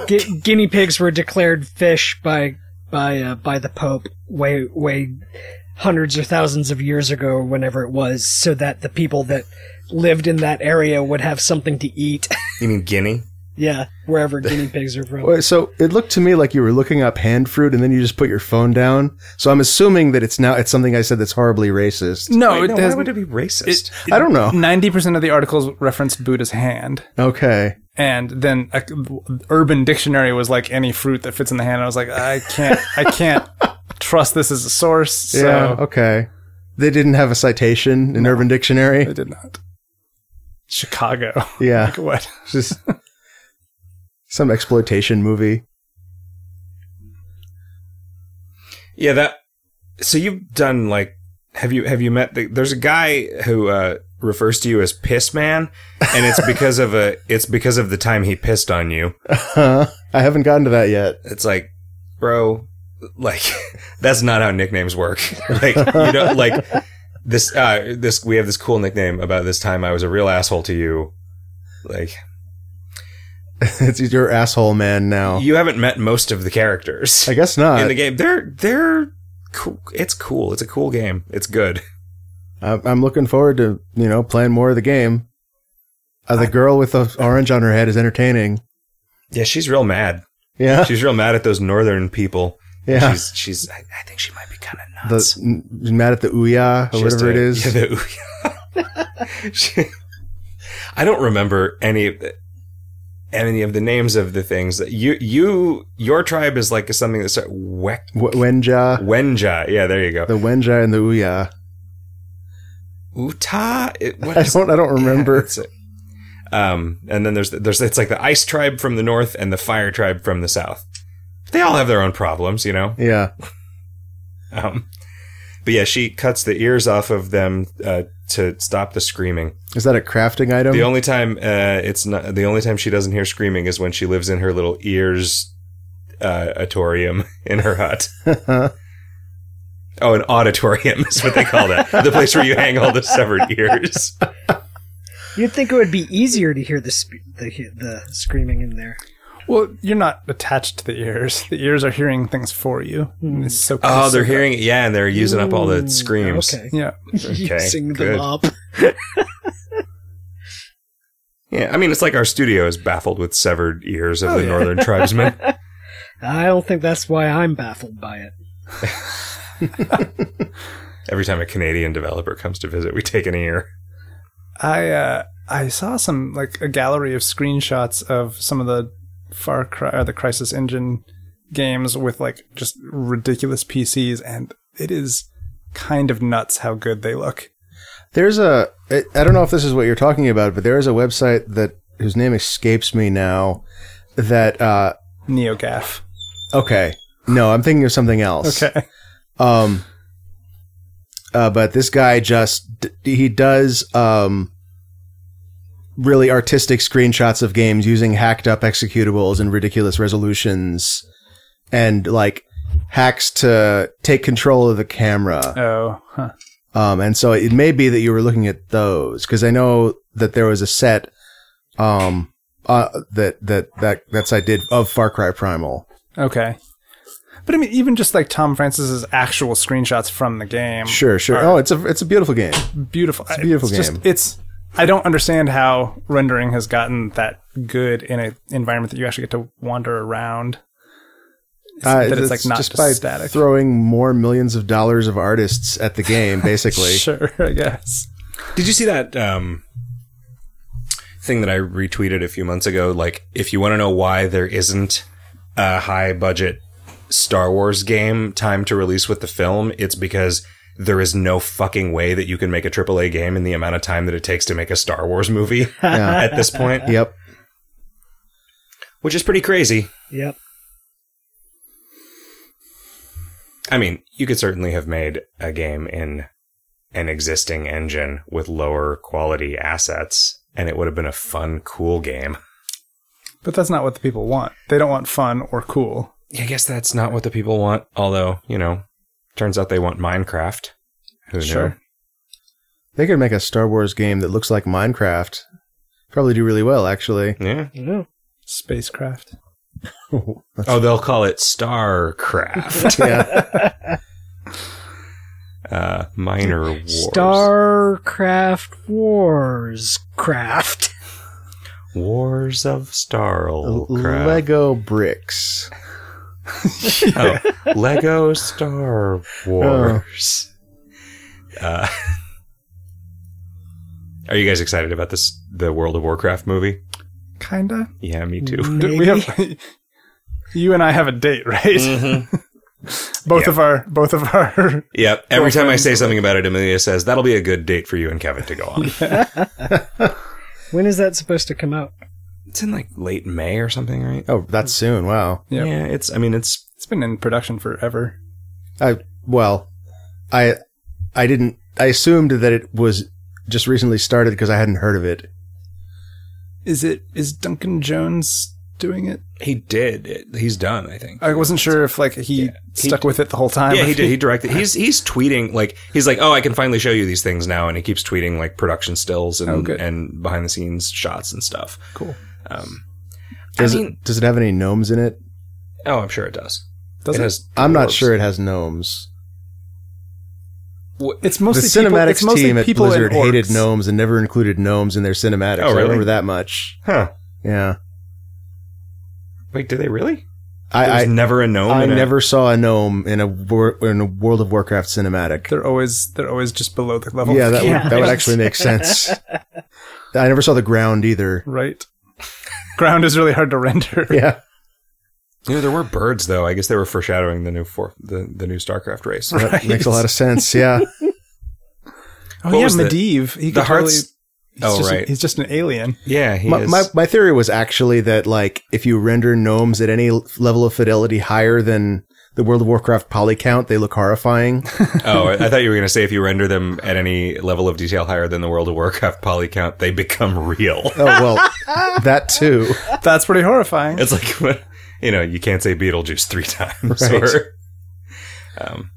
S1: Gu- guinea pigs were declared fish by by uh, by the Pope way way hundreds or thousands of years ago, whenever it was, so that the people that lived in that area would have something to eat.
S2: You mean Guinea?
S1: yeah, wherever guinea pigs are from.
S3: Wait, So it looked to me like you were looking up hand fruit and then you just put your phone down. So I'm assuming that it's now it's something I said that's horribly racist.
S4: No,
S2: Wait,
S4: it
S2: no,
S4: has
S2: why would it be racist?
S3: I don't know.
S4: ninety percent of the articles reference Buddha's hand,
S3: Okay.
S4: and then uh, Urban Dictionary was like any fruit that fits in the hand. I was like, I can't, I can't trust this as a source. So
S3: yeah. Okay. They didn't have a citation in Urban
S4: I
S3: Dictionary.
S4: did not. Chicago.
S3: Yeah.
S4: Like what?
S3: Just some exploitation movie.
S2: Yeah, that. So you've done like, have you have you met? The, there's a guy who uh, refers to you as Piss Man, and it's because of a it's because of the time he pissed on you.
S3: I haven't gotten to that yet.
S2: It's like, bro, like that's not how nicknames work. like you know, like this uh, this we have this cool nickname about this time I was a real asshole to you. Like
S3: it's your asshole man now.
S2: you haven't met most of the characters
S3: Oh. I guess not.
S2: in the game. They're they're cool. It's cool. It's a cool game. It's good.
S3: I'm I'm looking forward to you know playing more of the game. Uh, the girl with the orange on her head is entertaining.
S2: Yeah, she's real mad.
S3: Yeah,
S2: she's real mad at those northern people.
S3: yeah.
S2: She's she's I, I think she might be kind of
S3: The
S2: nuts.
S3: n- mad at the ouya or
S2: She has
S3: whatever it
S2: to-
S3: is.
S2: yeah, the- She- I don't remember any of the, any of the names of the things that you you your tribe is like something that's Wek
S3: W- Wenja,
S2: Wenja. Yeah, there you go.
S3: the Wenja and the ouya.
S2: Uta. It, what
S3: I
S2: is-
S3: don't. I don't remember.
S2: it's a- um, and then there's there's it's like the ice tribe from the north and the fire tribe from the south. They all have their own problems, you know.
S3: Yeah,
S2: Um, but yeah, she cuts the ears off of them uh, to stop the screaming.
S3: is that a crafting item?
S2: The only time uh, it's not the only time she doesn't hear screaming is when she lives in her little ears uh, auditorium in her hut. Oh, an auditorium is what they call that. the place where you hang all the severed ears.
S1: You'd think it would be easier to hear the sp- the the screaming in there.
S4: Well, you're not attached to the ears. The ears are hearing things for you. And It's so.
S2: Oh,
S4: it's
S2: they're
S4: so-
S2: hearing it. Yeah, and they're using up all the
S1: Ooh,
S2: screams.
S1: Okay.
S4: Yeah.
S1: Using
S2: good.
S1: them up.
S2: Yeah, I mean, it's like our studio is baffled with severed ears of
S4: Oh,
S2: the
S4: yeah.
S2: northern tribesmen.
S1: I don't think that's why I'm baffled by it.
S2: Every time a Canadian developer comes to visit, we take an ear.
S4: I uh, I saw some like a gallery of screenshots of some of the Far Cry or the Crisis Engine games with like just ridiculous PCs, and it is kind of nuts how good they look.
S3: There's a. I I don't know if this is what you're talking about, but there is a website that whose name escapes me now. That uh
S4: NeoGaf.
S3: okay. No, I'm thinking of something else.
S4: Okay.
S3: Um, uh, but this guy just d- he does um, really artistic screenshots of games using hacked up executables and ridiculous resolutions, and like hacks to take control of the camera.
S4: Oh, huh.
S3: Um, and so it may be that you were looking at those because I know that there was a set um, uh, that that that that site did of Far Cry Primal.
S4: okay. But I mean, even just like Tom Francis's actual screenshots from the game,
S3: Sure, sure.
S4: Alright.
S3: Oh, it's a it's a beautiful game.
S4: beautiful. It's
S3: a beautiful
S4: just-
S3: game.
S4: it's I don't understand how rendering has gotten that good in an environment that you actually get to wander around.
S3: Uh,
S4: that it's, like not just,
S3: just by
S4: static.
S3: throwing more millions of dollars of artists at the game, basically.
S4: sure, I guess.
S2: Did you see that um, thing that I retweeted a few months ago? Like, if you want to know why there isn't a high budget Star Wars game time to release with the film, it's because there is no fucking way that you can make a AAA game in the amount of time that it takes to make a Star Wars movie
S3: Yeah.
S2: at this point,
S3: Yep.
S2: which is pretty crazy.
S1: Yep.
S2: I mean, you could certainly have made a game in an existing engine with lower quality assets, and it would have been a fun, cool game.
S4: But that's not what the people want. They don't want fun or cool.
S2: I guess that's not what the people want. Although, you know, turns out they want Minecraft. Who knew?
S4: Sure.
S3: They could make a Star Wars game that looks like Minecraft. Probably do really well, actually.
S2: Yeah.
S1: Yeah.
S4: Spacecraft.
S2: Oh, they'll call it StarCraft.
S3: yeah.
S2: uh, Minor Wars.
S1: Starcraft Wars Craft.
S2: Wars of
S4: Oh,
S2: Starcraft.
S3: Lego bricks.
S2: oh, Lego Star Wars. Uh, are you guys excited about this? The World of Warcraft movie?
S4: Kinda.
S2: Yeah, me too.
S4: D-
S1: Maybe.
S4: We have. you and I have a date, right?
S3: Mm,
S4: both of our. Both of our.
S2: Yep. Every time I say something about it, Amelia says that'll be a good date for you and Kevin to go on.
S1: when is that supposed to come out?
S2: It's in like late May or something, right?
S3: Oh, that's soon. Wow.
S4: Yep.
S2: Yeah, it's. I mean, it's.
S4: It's been in production forever.
S3: I well, I I didn't. I assumed that it was just recently started because I hadn't heard of it.
S4: Is it? Is Duncan Jones doing it?
S2: He did. It, he's done. I think.
S4: I wasn't sure if like he
S2: He
S4: stuck with it the whole time.
S2: yeah,
S4: or
S2: he
S4: if
S2: did. He directed. He's he's tweeting like he's like, oh, I can finally show you these things now, and he keeps tweeting like production stills and
S4: Oh, good.
S2: and behind the scenes shots and stuff.
S4: Cool.
S2: Um,
S3: Does
S2: I mean,
S3: it? Does it have any gnomes in it?
S2: oh, I'm sure it does.
S4: Does
S2: it
S4: it?
S2: has
S3: I'm not
S2: dwarves.
S3: sure it has gnomes.
S4: It's mostly
S3: the
S4: people-
S3: cinematics
S4: it's mostly
S3: team at
S4: people and
S3: Blizzard hated
S4: orcs.
S3: gnomes and never included gnomes in their cinematics.
S2: Oh,
S3: I
S2: really?
S3: remember that much.
S2: Huh?
S3: Yeah,
S2: Wait, do they really? There's
S3: I I,
S2: never a gnome.
S3: I
S2: in a-
S3: never saw a gnome in a wor- in a World of Warcraft cinematic.
S4: They're always they're always just below the level.
S3: yeah, that
S1: yeah.
S3: would that would actually make sense. I never saw the ground either.
S4: right. Ground is really hard to render.
S3: Yeah,
S2: You know, there were birds though. I guess they were foreshadowing the new for the the new StarCraft race.
S3: that
S4: Right.
S3: makes a lot of sense. Yeah,
S4: Oh
S2: What
S4: yeah,
S2: was the-
S4: Medivh. He
S2: the
S4: could totally-
S2: hearts.
S4: he's
S2: oh,
S4: just-
S2: right.
S4: he's just an alien.
S2: Yeah, he
S3: my,
S2: is.
S3: my, my theory was actually that like if you render gnomes at any l- level of fidelity higher than the World of Warcraft poly count, they look horrifying.
S2: oh, I I thought you were going to say if you render them at any level of detail higher than the World of Warcraft poly count, they become real.
S3: oh well, that too.
S4: That's pretty horrifying.
S2: It's like when, you know you can't say Beetlejuice three times.
S3: Right.
S2: Or, um,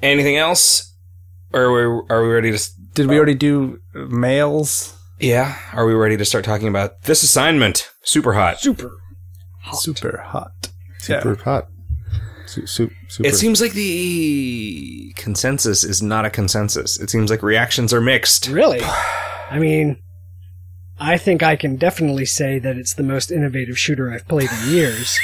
S2: anything else? Or are we, are we ready to? s-
S4: Did we already do males?
S2: Yeah, are we ready to start talking about this assignment? Super hot.
S1: Super. Hot.
S4: Super hot.
S3: Super hot. Su- su- super.
S2: It seems like the consensus is not a consensus. It seems like reactions are mixed.
S1: Really? I mean, I think I can definitely say that it's the most innovative shooter I've played in years.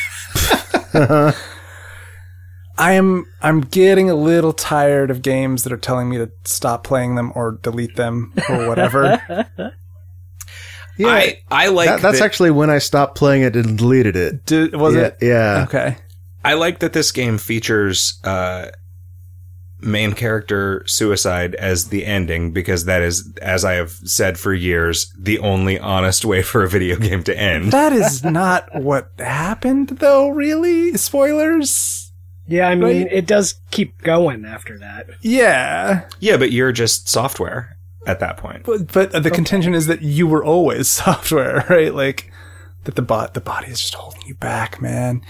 S4: I am I'm getting a little tired of games that are telling me to stop playing them or delete them or whatever.
S3: yeah,
S2: I, I like
S3: that, that's
S2: that-
S3: actually when I stopped playing it and deleted it.
S4: Did, was
S3: yeah,
S4: it? Uh,
S3: Yeah.
S4: Okay.
S2: I like that this game features uh, main character suicide as the ending because that is, as I have said for years, the only honest way for a video game to end.
S4: That is not what happened though, really? Spoilers?
S1: Yeah, I mean,
S4: Right.
S1: it does keep going after that.
S4: Yeah.
S2: Yeah, but you're just software at that point.
S4: But but the contention is that you were always software, right? Like that the bot the body is just holding you back, man.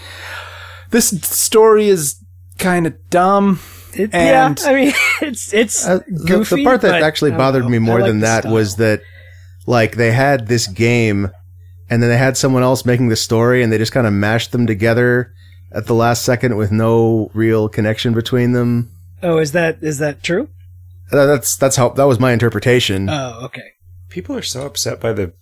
S4: This story is kind of dumb.
S1: It,
S4: And-
S1: yeah, I mean, it's it's
S3: Uh, the-
S1: goofy.
S3: the, part that
S1: but
S3: actually
S1: I don't
S3: bothered
S1: know.
S3: me more
S1: I like
S3: than
S1: the
S3: that
S1: style.
S3: was that like they had this game and then they had someone else making the story and they just kind of mashed them together at the last second with no real connection between them
S1: Oh, is that is that true?
S3: That- that's that's how that was my
S1: Uh,
S3: interpretation
S1: Oh, okay.
S2: People are so upset by the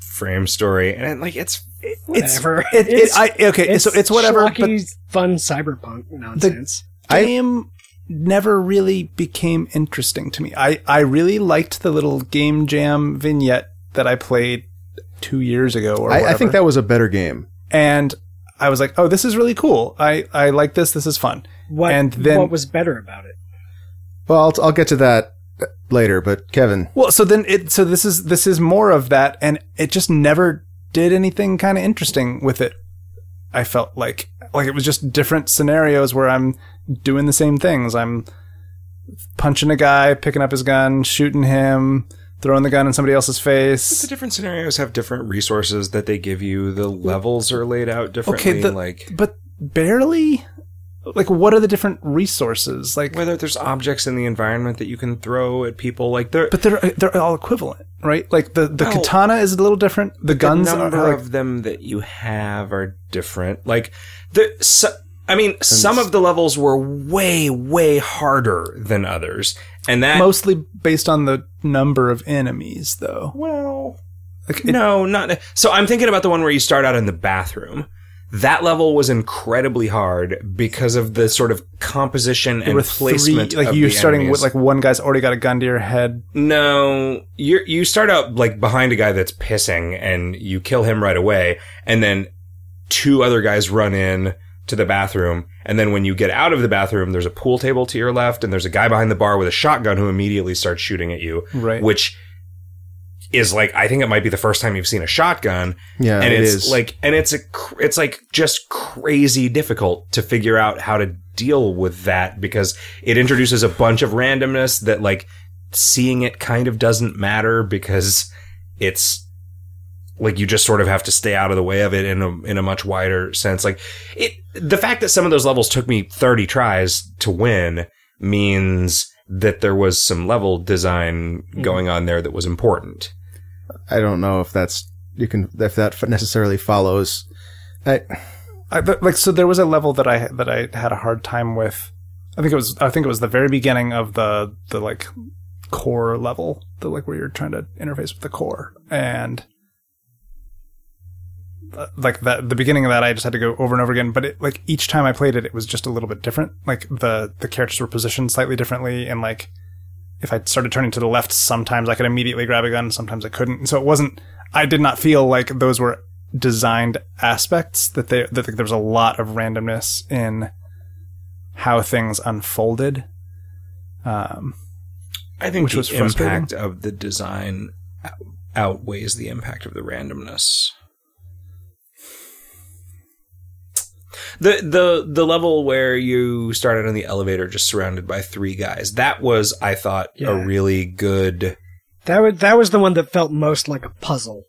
S2: frame story, and like it's
S1: Whatever.
S4: It, it, I, okay,
S1: it's,
S4: so it's whatever. But
S1: schlocky, fun cyberpunk nonsense.
S3: I-
S4: game never really became interesting to me. I, I really liked the little game jam vignette that I played two years ago or
S3: I, I
S4: whatever.
S3: think that was a better game.
S4: and I was like, oh, this is really cool. I, I like this. This is fun.
S1: what
S4: and then-
S1: what was better about it?
S3: Well, I'll, I'll get to that later, but Kevin,
S4: Well, so then it so this is this is more of that, and it just never did anything kind of interesting with it. I felt like like it was just different scenarios where I'm doing the same things. I'm punching a guy, picking up his gun, shooting him, throwing the gun in somebody else's
S2: The
S4: face.
S2: different scenarios have different resources that they give you. The levels are laid out differently.
S4: Okay, the-
S2: like
S4: But barely. Like, what are the different resources? Like,
S2: whether there's objects in the environment that you can throw at people, like there.
S4: but they're they're all equivalent, right? Like the the
S2: No.
S4: katana is a little different. The guns
S2: the number
S4: are like,
S2: of them that you have are different. Like the, so, I mean, some of the levels were way, way harder than others, and that
S4: mostly based on the number of enemies, though.
S2: well,
S4: Like, it-
S2: no, not so. I'm thinking about the one where you start out in the bathroom. That level was incredibly hard because of the sort of composition
S4: there
S2: and
S4: were
S2: placement.
S4: three. Like
S2: of
S4: you're
S2: the
S4: starting
S2: enemies.
S4: with like one guy's already got a gun to your head.
S2: No, you you start out like behind a guy that's pissing, and you kill him right away, and then two other guys run in to the bathroom, and then when you get out of the bathroom, there's a pool table to your left, and there's a guy behind the bar with a shotgun who immediately starts shooting at you,
S4: Right.
S2: which is like I think it might be the first time you've seen a shotgun,
S3: yeah,
S2: and
S3: it
S2: it's
S3: is.
S2: like and it's a cr- it's like just crazy difficult to figure out how to deal with that because it introduces a bunch of randomness that like seeing it kind of doesn't matter because it's like you just sort of have to stay out of the way of it in a in a much wider sense like it the fact that some of those levels took me 30 tries to win means that there was some level design going on there that was important
S3: I don't know if that's you can if that necessarily follows. I,
S4: I, th- like so, there was a level that I that I had a hard time with. I think it was I think it was the very beginning of the the like core level, the like where you're trying to interface with the core and. uh, Like that, the beginning of that, I just had to go over and over again. But it, like each time I played it, it was just a little bit different. Like the the characters were positioned slightly differently, and like if I started turning to the left, sometimes I could immediately grab a gun, sometimes I couldn't. And so it wasn't. I did not feel like those were designed aspects. That they that there was a lot of randomness in how things unfolded. Um,
S2: I think
S4: Which
S2: the
S4: was frustrating.
S2: impact of the design out- outweighs the impact of the randomness. The the the level where you started on the elevator, just surrounded by three guys, that was I thought
S1: Yeah.
S2: a really good
S1: That was that was the one that felt most like a puzzle.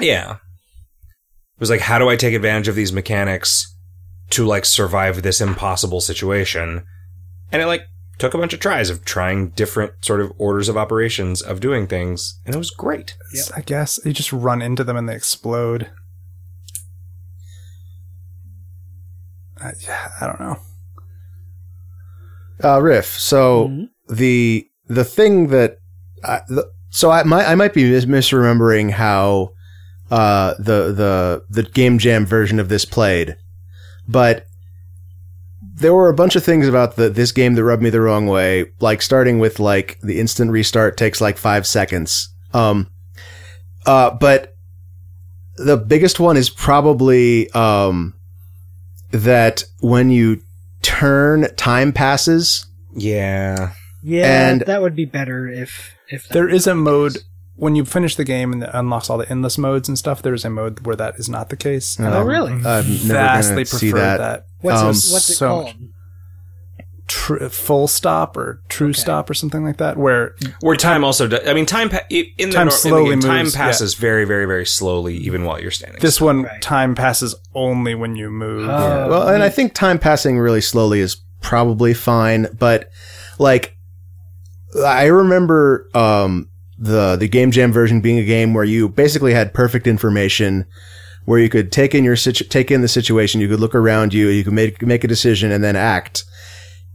S2: yeah. It was like, how do I take advantage of these mechanics to like survive this impossible situation? And it like took a bunch of tries of trying different sort of orders of operations of doing things, and it was great.
S1: Yep.
S4: I guess you just run into them and they explode. I, I don't know.
S3: uh, riff. So
S1: Mhm.
S3: the the thing that I, the, so I might I might be mis- misremembering how uh, the the the game jam version of this played, but there were a bunch of things about the, this game that rubbed me the wrong way. Like starting with like the instant restart takes like five seconds. Um, uh, but the biggest one is probably um, that when you turn, time passes.
S2: Yeah.
S1: Yeah,
S3: And-
S1: that would be better if if that
S4: There is a mode when you finish the game and it unlocks all the endless modes and stuff. There is a mode where that is not the case. And
S1: Oh,
S4: I'm
S1: really?
S3: I've never
S4: Vastly
S3: gonna see
S4: prefer
S3: that.
S4: that.
S1: what's
S3: um,
S1: it, what's it
S4: so-
S1: called?
S4: Tr- full stop or true
S1: Okay.
S4: stop or something like that. Where
S2: Where time also, do- I mean, time pa- i- in the,
S4: Time
S2: nor- in the
S4: slowly
S2: game, time
S4: moves, yeah.
S2: passes very, very, very slowly, even while you're standing.
S4: this one
S1: Right.
S4: time passes only when you move.
S1: Oh.
S3: Well, and I think time passing really slowly is probably fine, but like I remember um, the the game jam version being a game where you basically had perfect information, where you could take in your situ- take in the situation, you could look around you, you could make make a decision and then act.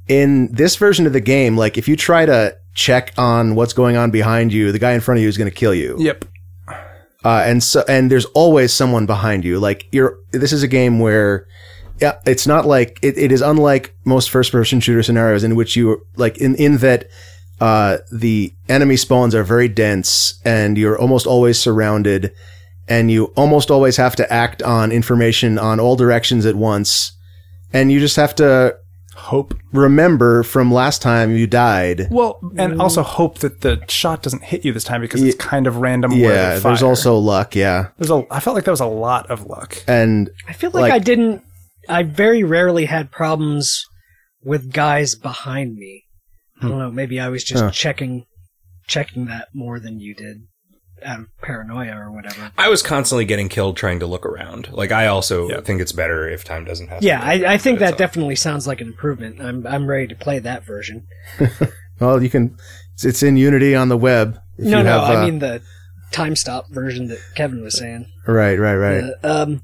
S3: In this version of the game, like if you try to check on what's going on behind you, the guy in front of you is going to kill you.
S4: Yep.
S3: uh, and so and there's always someone behind you. Like you're, this is a game where yeah, it's not like it, it is unlike most first-person shooter scenarios in which you like in in that uh, the enemy spawns are very dense and you're almost always surrounded, and you almost always have to act on information on all directions at once, and you just have to
S4: Hope.
S3: remember from last time you died.
S4: Well, and also hope that the shot doesn't hit you this time because it's kind of random. where
S3: Yeah,
S4: they
S3: there's
S4: fire.
S3: also luck. Yeah,
S4: there's a. I felt like that was a lot of luck.
S3: and
S1: I feel like,
S3: Like-
S1: I didn't. I very rarely had problems with guys behind me. I don't know. Maybe I was just
S3: Huh.
S1: checking, checking that more than you did, out of paranoia or whatever.
S2: I was constantly getting killed trying to look around. Like I also
S4: Yeah.
S2: think it's better if time doesn't have.
S1: Yeah, I, I think that
S2: definitely.
S1: definitely sounds like an improvement. I'm I'm ready to play that version.
S3: well, you can. It's, it's in Unity on the web. If
S1: no,
S3: you
S1: no,
S3: uh,
S1: I mean the time stop version that Kevin was saying.
S3: right, right, right.
S1: Uh, um,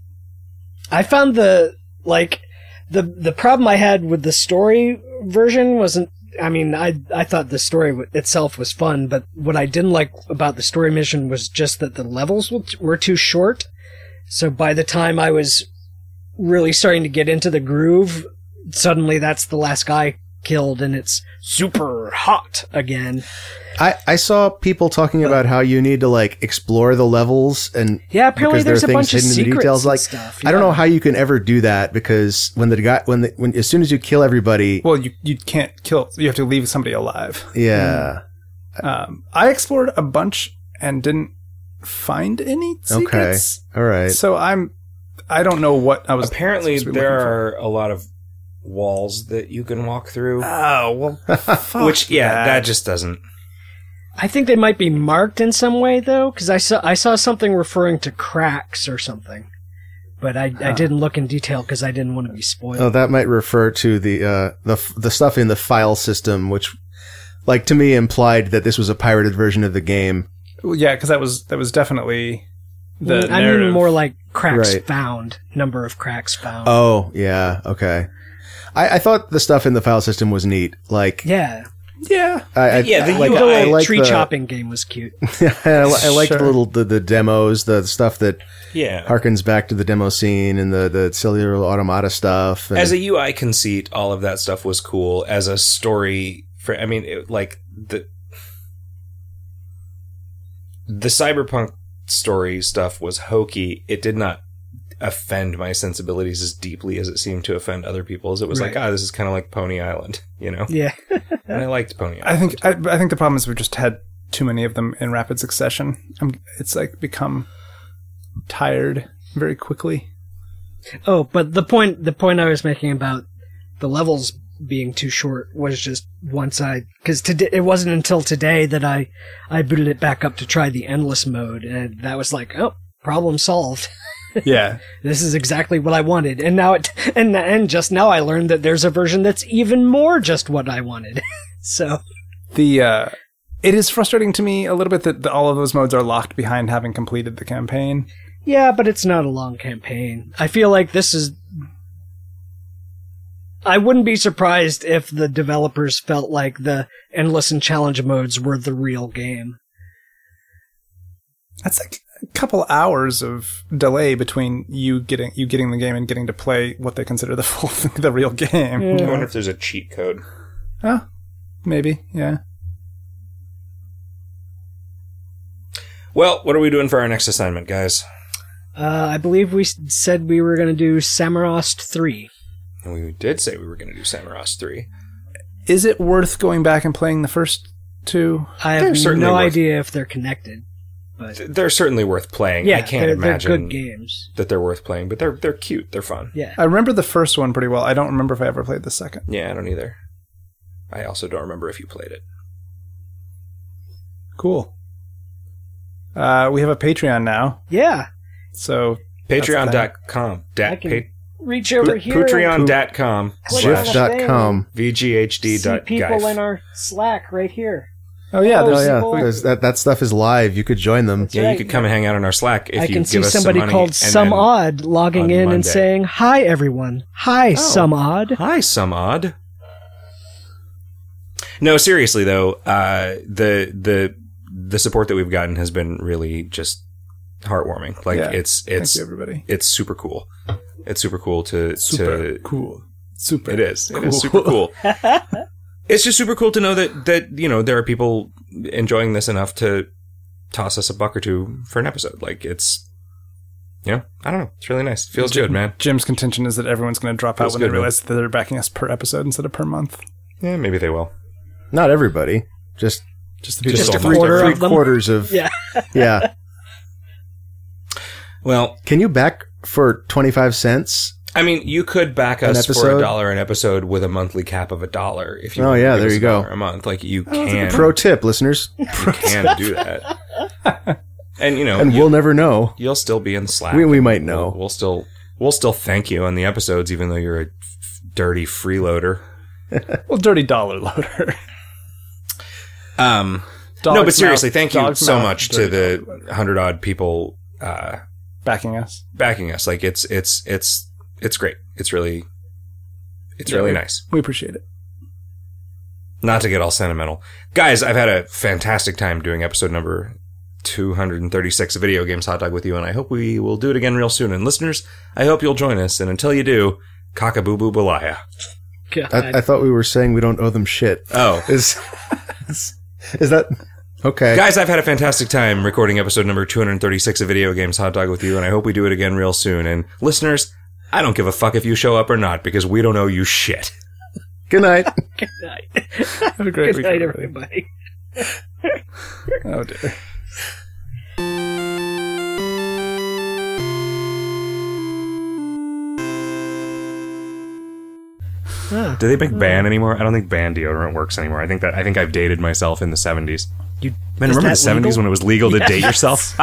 S1: I found the like the the problem I had with the story version wasn't. I mean, I I thought the story w- itself was fun, but what I didn't like about the story mission was just that the levels were t- were too short. So by the time I was really starting to get into the groove, suddenly that's the last guy killed, and it's super hot again.
S3: I, I saw people talking about how you need to like explore the levels and
S1: Yeah, apparently
S3: Because there
S1: there's
S3: are
S1: a bunch of
S3: things hidden in the
S1: secrets
S3: details,
S1: and
S3: like,
S1: stuff.
S3: I don't
S1: yeah.
S3: know how you can ever do that because when the guy when the, when as soon as you kill everybody
S4: Well, you you can't kill. You have to leave somebody alive.
S3: yeah
S1: mm.
S4: Um, I explored a bunch and didn't find any secrets.
S3: all right
S4: So I'm. I don't know what I was.
S2: Apparently,
S4: supposed to be
S2: there
S4: looking
S2: are
S4: for.
S2: a lot of walls that you can walk through.
S1: Uh,
S4: Oh well, fuck
S2: which, yeah, that just doesn't.
S1: I think they might be marked in some way though, because I saw I saw something referring to cracks or something, but I, I didn't look in detail because I didn't want to be spoiled.
S3: oh that might refer to the uh the f- the stuff in the file system which like to me implied that this was a pirated version of the game
S4: Well, yeah, because that was that was definitely the
S1: Mm, I
S4: narrative.
S1: mean more like cracks
S3: Right.
S1: found, number of cracks found.
S3: oh yeah okay I, I thought the stuff in the file system was neat like
S1: yeah,
S4: yeah,
S3: I, I,
S2: Yeah, the
S3: I- like,
S1: the
S2: UI
S1: little
S3: I like
S1: tree
S3: the-
S1: chopping game was cute.
S3: I, li- I like
S4: Sure.
S3: the little the, the demos the stuff that
S2: Yeah.
S3: harkens back to the demo scene and the, the cellular automata stuff. And,
S2: As a UI conceit, all of that stuff was cool. As a story, for I mean, it, like the the cyberpunk story stuff was hokey. It did not offend my sensibilities as deeply as it seemed to offend other people's. It was like,
S1: Right.
S2: ah, this is kind of like Pony Island, you know.
S1: Yeah,
S2: And I liked Pony Island.
S4: I think I, I think the problem is we just had too many of them in rapid succession. i it's like become tired very quickly.
S1: Oh, but the point the point I was making about the levels being too short was just once I because today it wasn't until today that I I booted it back up to try the endless mode and that was like oh problem solved
S4: Yeah,
S1: this is exactly what I wanted and now it and and just now I learned that there's a version that's even more just what I wanted so
S4: the uh, it is frustrating to me a little bit that the, all of those modes are locked behind having completed the campaign.
S1: Yeah, but it's not a long campaign. I feel like this is. I wouldn't be surprised if the developers felt like the endless and challenge modes were the real game.
S4: That's like a couple hours of delay between you getting you getting the game and getting to play what they consider the full the real game.
S1: Yeah.
S2: I wonder if there's a cheat code.
S4: Huh? Maybe, yeah.
S2: Well, what are we doing for our next assignment, guys?
S1: Uh, I believe we s- said we were going to do Samarost 3.
S2: We did say we were going to do Samaras 3.
S4: Is it worth going back and playing the first two?
S1: I
S2: They're
S1: have
S2: certainly
S1: no
S2: worth-
S1: idea if they're connected. But
S2: Th- They're certainly worth playing.
S1: yeah,
S2: I can't
S1: they're,
S2: imagine
S1: they're good games.
S2: that they're worth playing, but they're they're cute. They're fun.
S1: Yeah.
S4: I remember the first one pretty well. I don't remember if I ever played the second.
S2: Yeah, I don't either. I also don't remember if you played it.
S4: Cool. Uh, we have a Patreon now,
S1: Yeah.
S4: so
S2: Patreon.com.
S1: I
S2: Dat,
S1: can
S2: pa-
S1: Reach over here. and
S2: Patreon.com.
S1: Click
S2: slash
S1: on that
S3: Jiff.com.
S1: See people in
S2: VGHD.guy.
S1: our Slack right here.
S4: oh yeah,
S1: Oh,
S4: there's
S3: Oh yeah,
S1: People-
S3: there's- that that stuff is live. You could join them.
S2: Yeah, you could come and hang out on our Slack if
S1: I
S2: you
S1: can
S2: give
S1: see
S2: us
S1: somebody
S2: some money.
S1: called
S2: and
S1: some
S2: then-
S1: odd logging
S2: on
S1: in and
S2: Monday.
S1: saying, "Hi everyone, hi some odd."
S2: Hi, some odd. No, seriously though, uh, the the the support that we've gotten has been really just heartwarming. Like
S4: Yeah.
S2: it's
S4: Thank
S2: it's
S4: you, everybody.
S2: it's super cool. It's super cool to to
S4: cool. Super.
S2: it is. It is
S4: Cool.
S2: super cool. it's just super cool to know that that you know there are people enjoying this enough to toss us a buck or two for an episode. Like it's, you know, I don't know. It's really nice. Feels good, man.
S4: Jim's contention is that everyone's going to drop out
S2: Feels
S4: when
S2: good,
S4: they
S2: man.
S4: realize that they're backing us per episode instead of per month.
S2: Yeah, maybe they will.
S3: Not everybody, just
S4: Just the people
S2: Just
S4: that
S2: a
S4: don't-
S1: free- Quarter
S3: three
S1: of them?
S3: quarters of
S1: Yeah.
S3: yeah.
S2: Well,
S3: Can you back for twenty five cents?
S2: I mean, you could back
S3: An
S2: us for
S3: episode?
S2: a dollar an episode with a monthly cap of a dollar if you.
S3: Oh,
S2: want to
S3: yeah,
S2: give
S3: there
S2: us
S3: you
S2: a
S3: go.
S2: dollar a month. Like you can
S3: Pro tip, listeners,
S2: you can do that. And you know,
S3: and
S2: you,
S3: we'll never know.
S2: you'll still be in Slack.
S3: We, we might
S2: We'll,
S3: know.
S2: we'll still we'll still thank you on the episodes, even though you're a f- dirty freeloader.
S4: Well, dirty dollar loader.
S2: Um,
S4: Dog's
S2: no, but seriously,
S4: mouth-
S2: thank you
S4: dog's
S2: so
S4: mouth,
S2: much to
S4: dirty
S2: the hundred odd people uh,
S4: backing us.
S2: backing us. Like it's it's it's it's great. It's really it's
S4: Yeah,
S2: really
S4: we-
S2: nice.
S4: We appreciate it.
S2: Not to get all sentimental, guys. I've had a fantastic time doing episode number. 236 of video games hot dog with you and i hope we will do it again real soon and listeners i hope you'll join us and until you do cockaboo boo balaya
S1: God.
S3: I, I thought we were saying we don't owe them shit.
S2: oh
S3: Is is, is that okay?
S2: Guys, I've had a fantastic time recording episode number 236 of Video Games Hot Dog with you, and I hope we do it again real soon. And listeners, I don't give a fuck if you show up or not because we don't owe you shit.
S3: Good night.
S1: Good night.
S4: Have a great
S1: Good
S4: week,
S1: night,
S4: everybody.
S1: everybody.
S4: Oh dear.
S2: Do they make ban anymore? I don't think ban deodorant works anymore. I think that I think I've dated myself in the 70s. You Man, remember the
S1: that
S2: 70s
S1: legal?
S2: when it was legal to date yourself?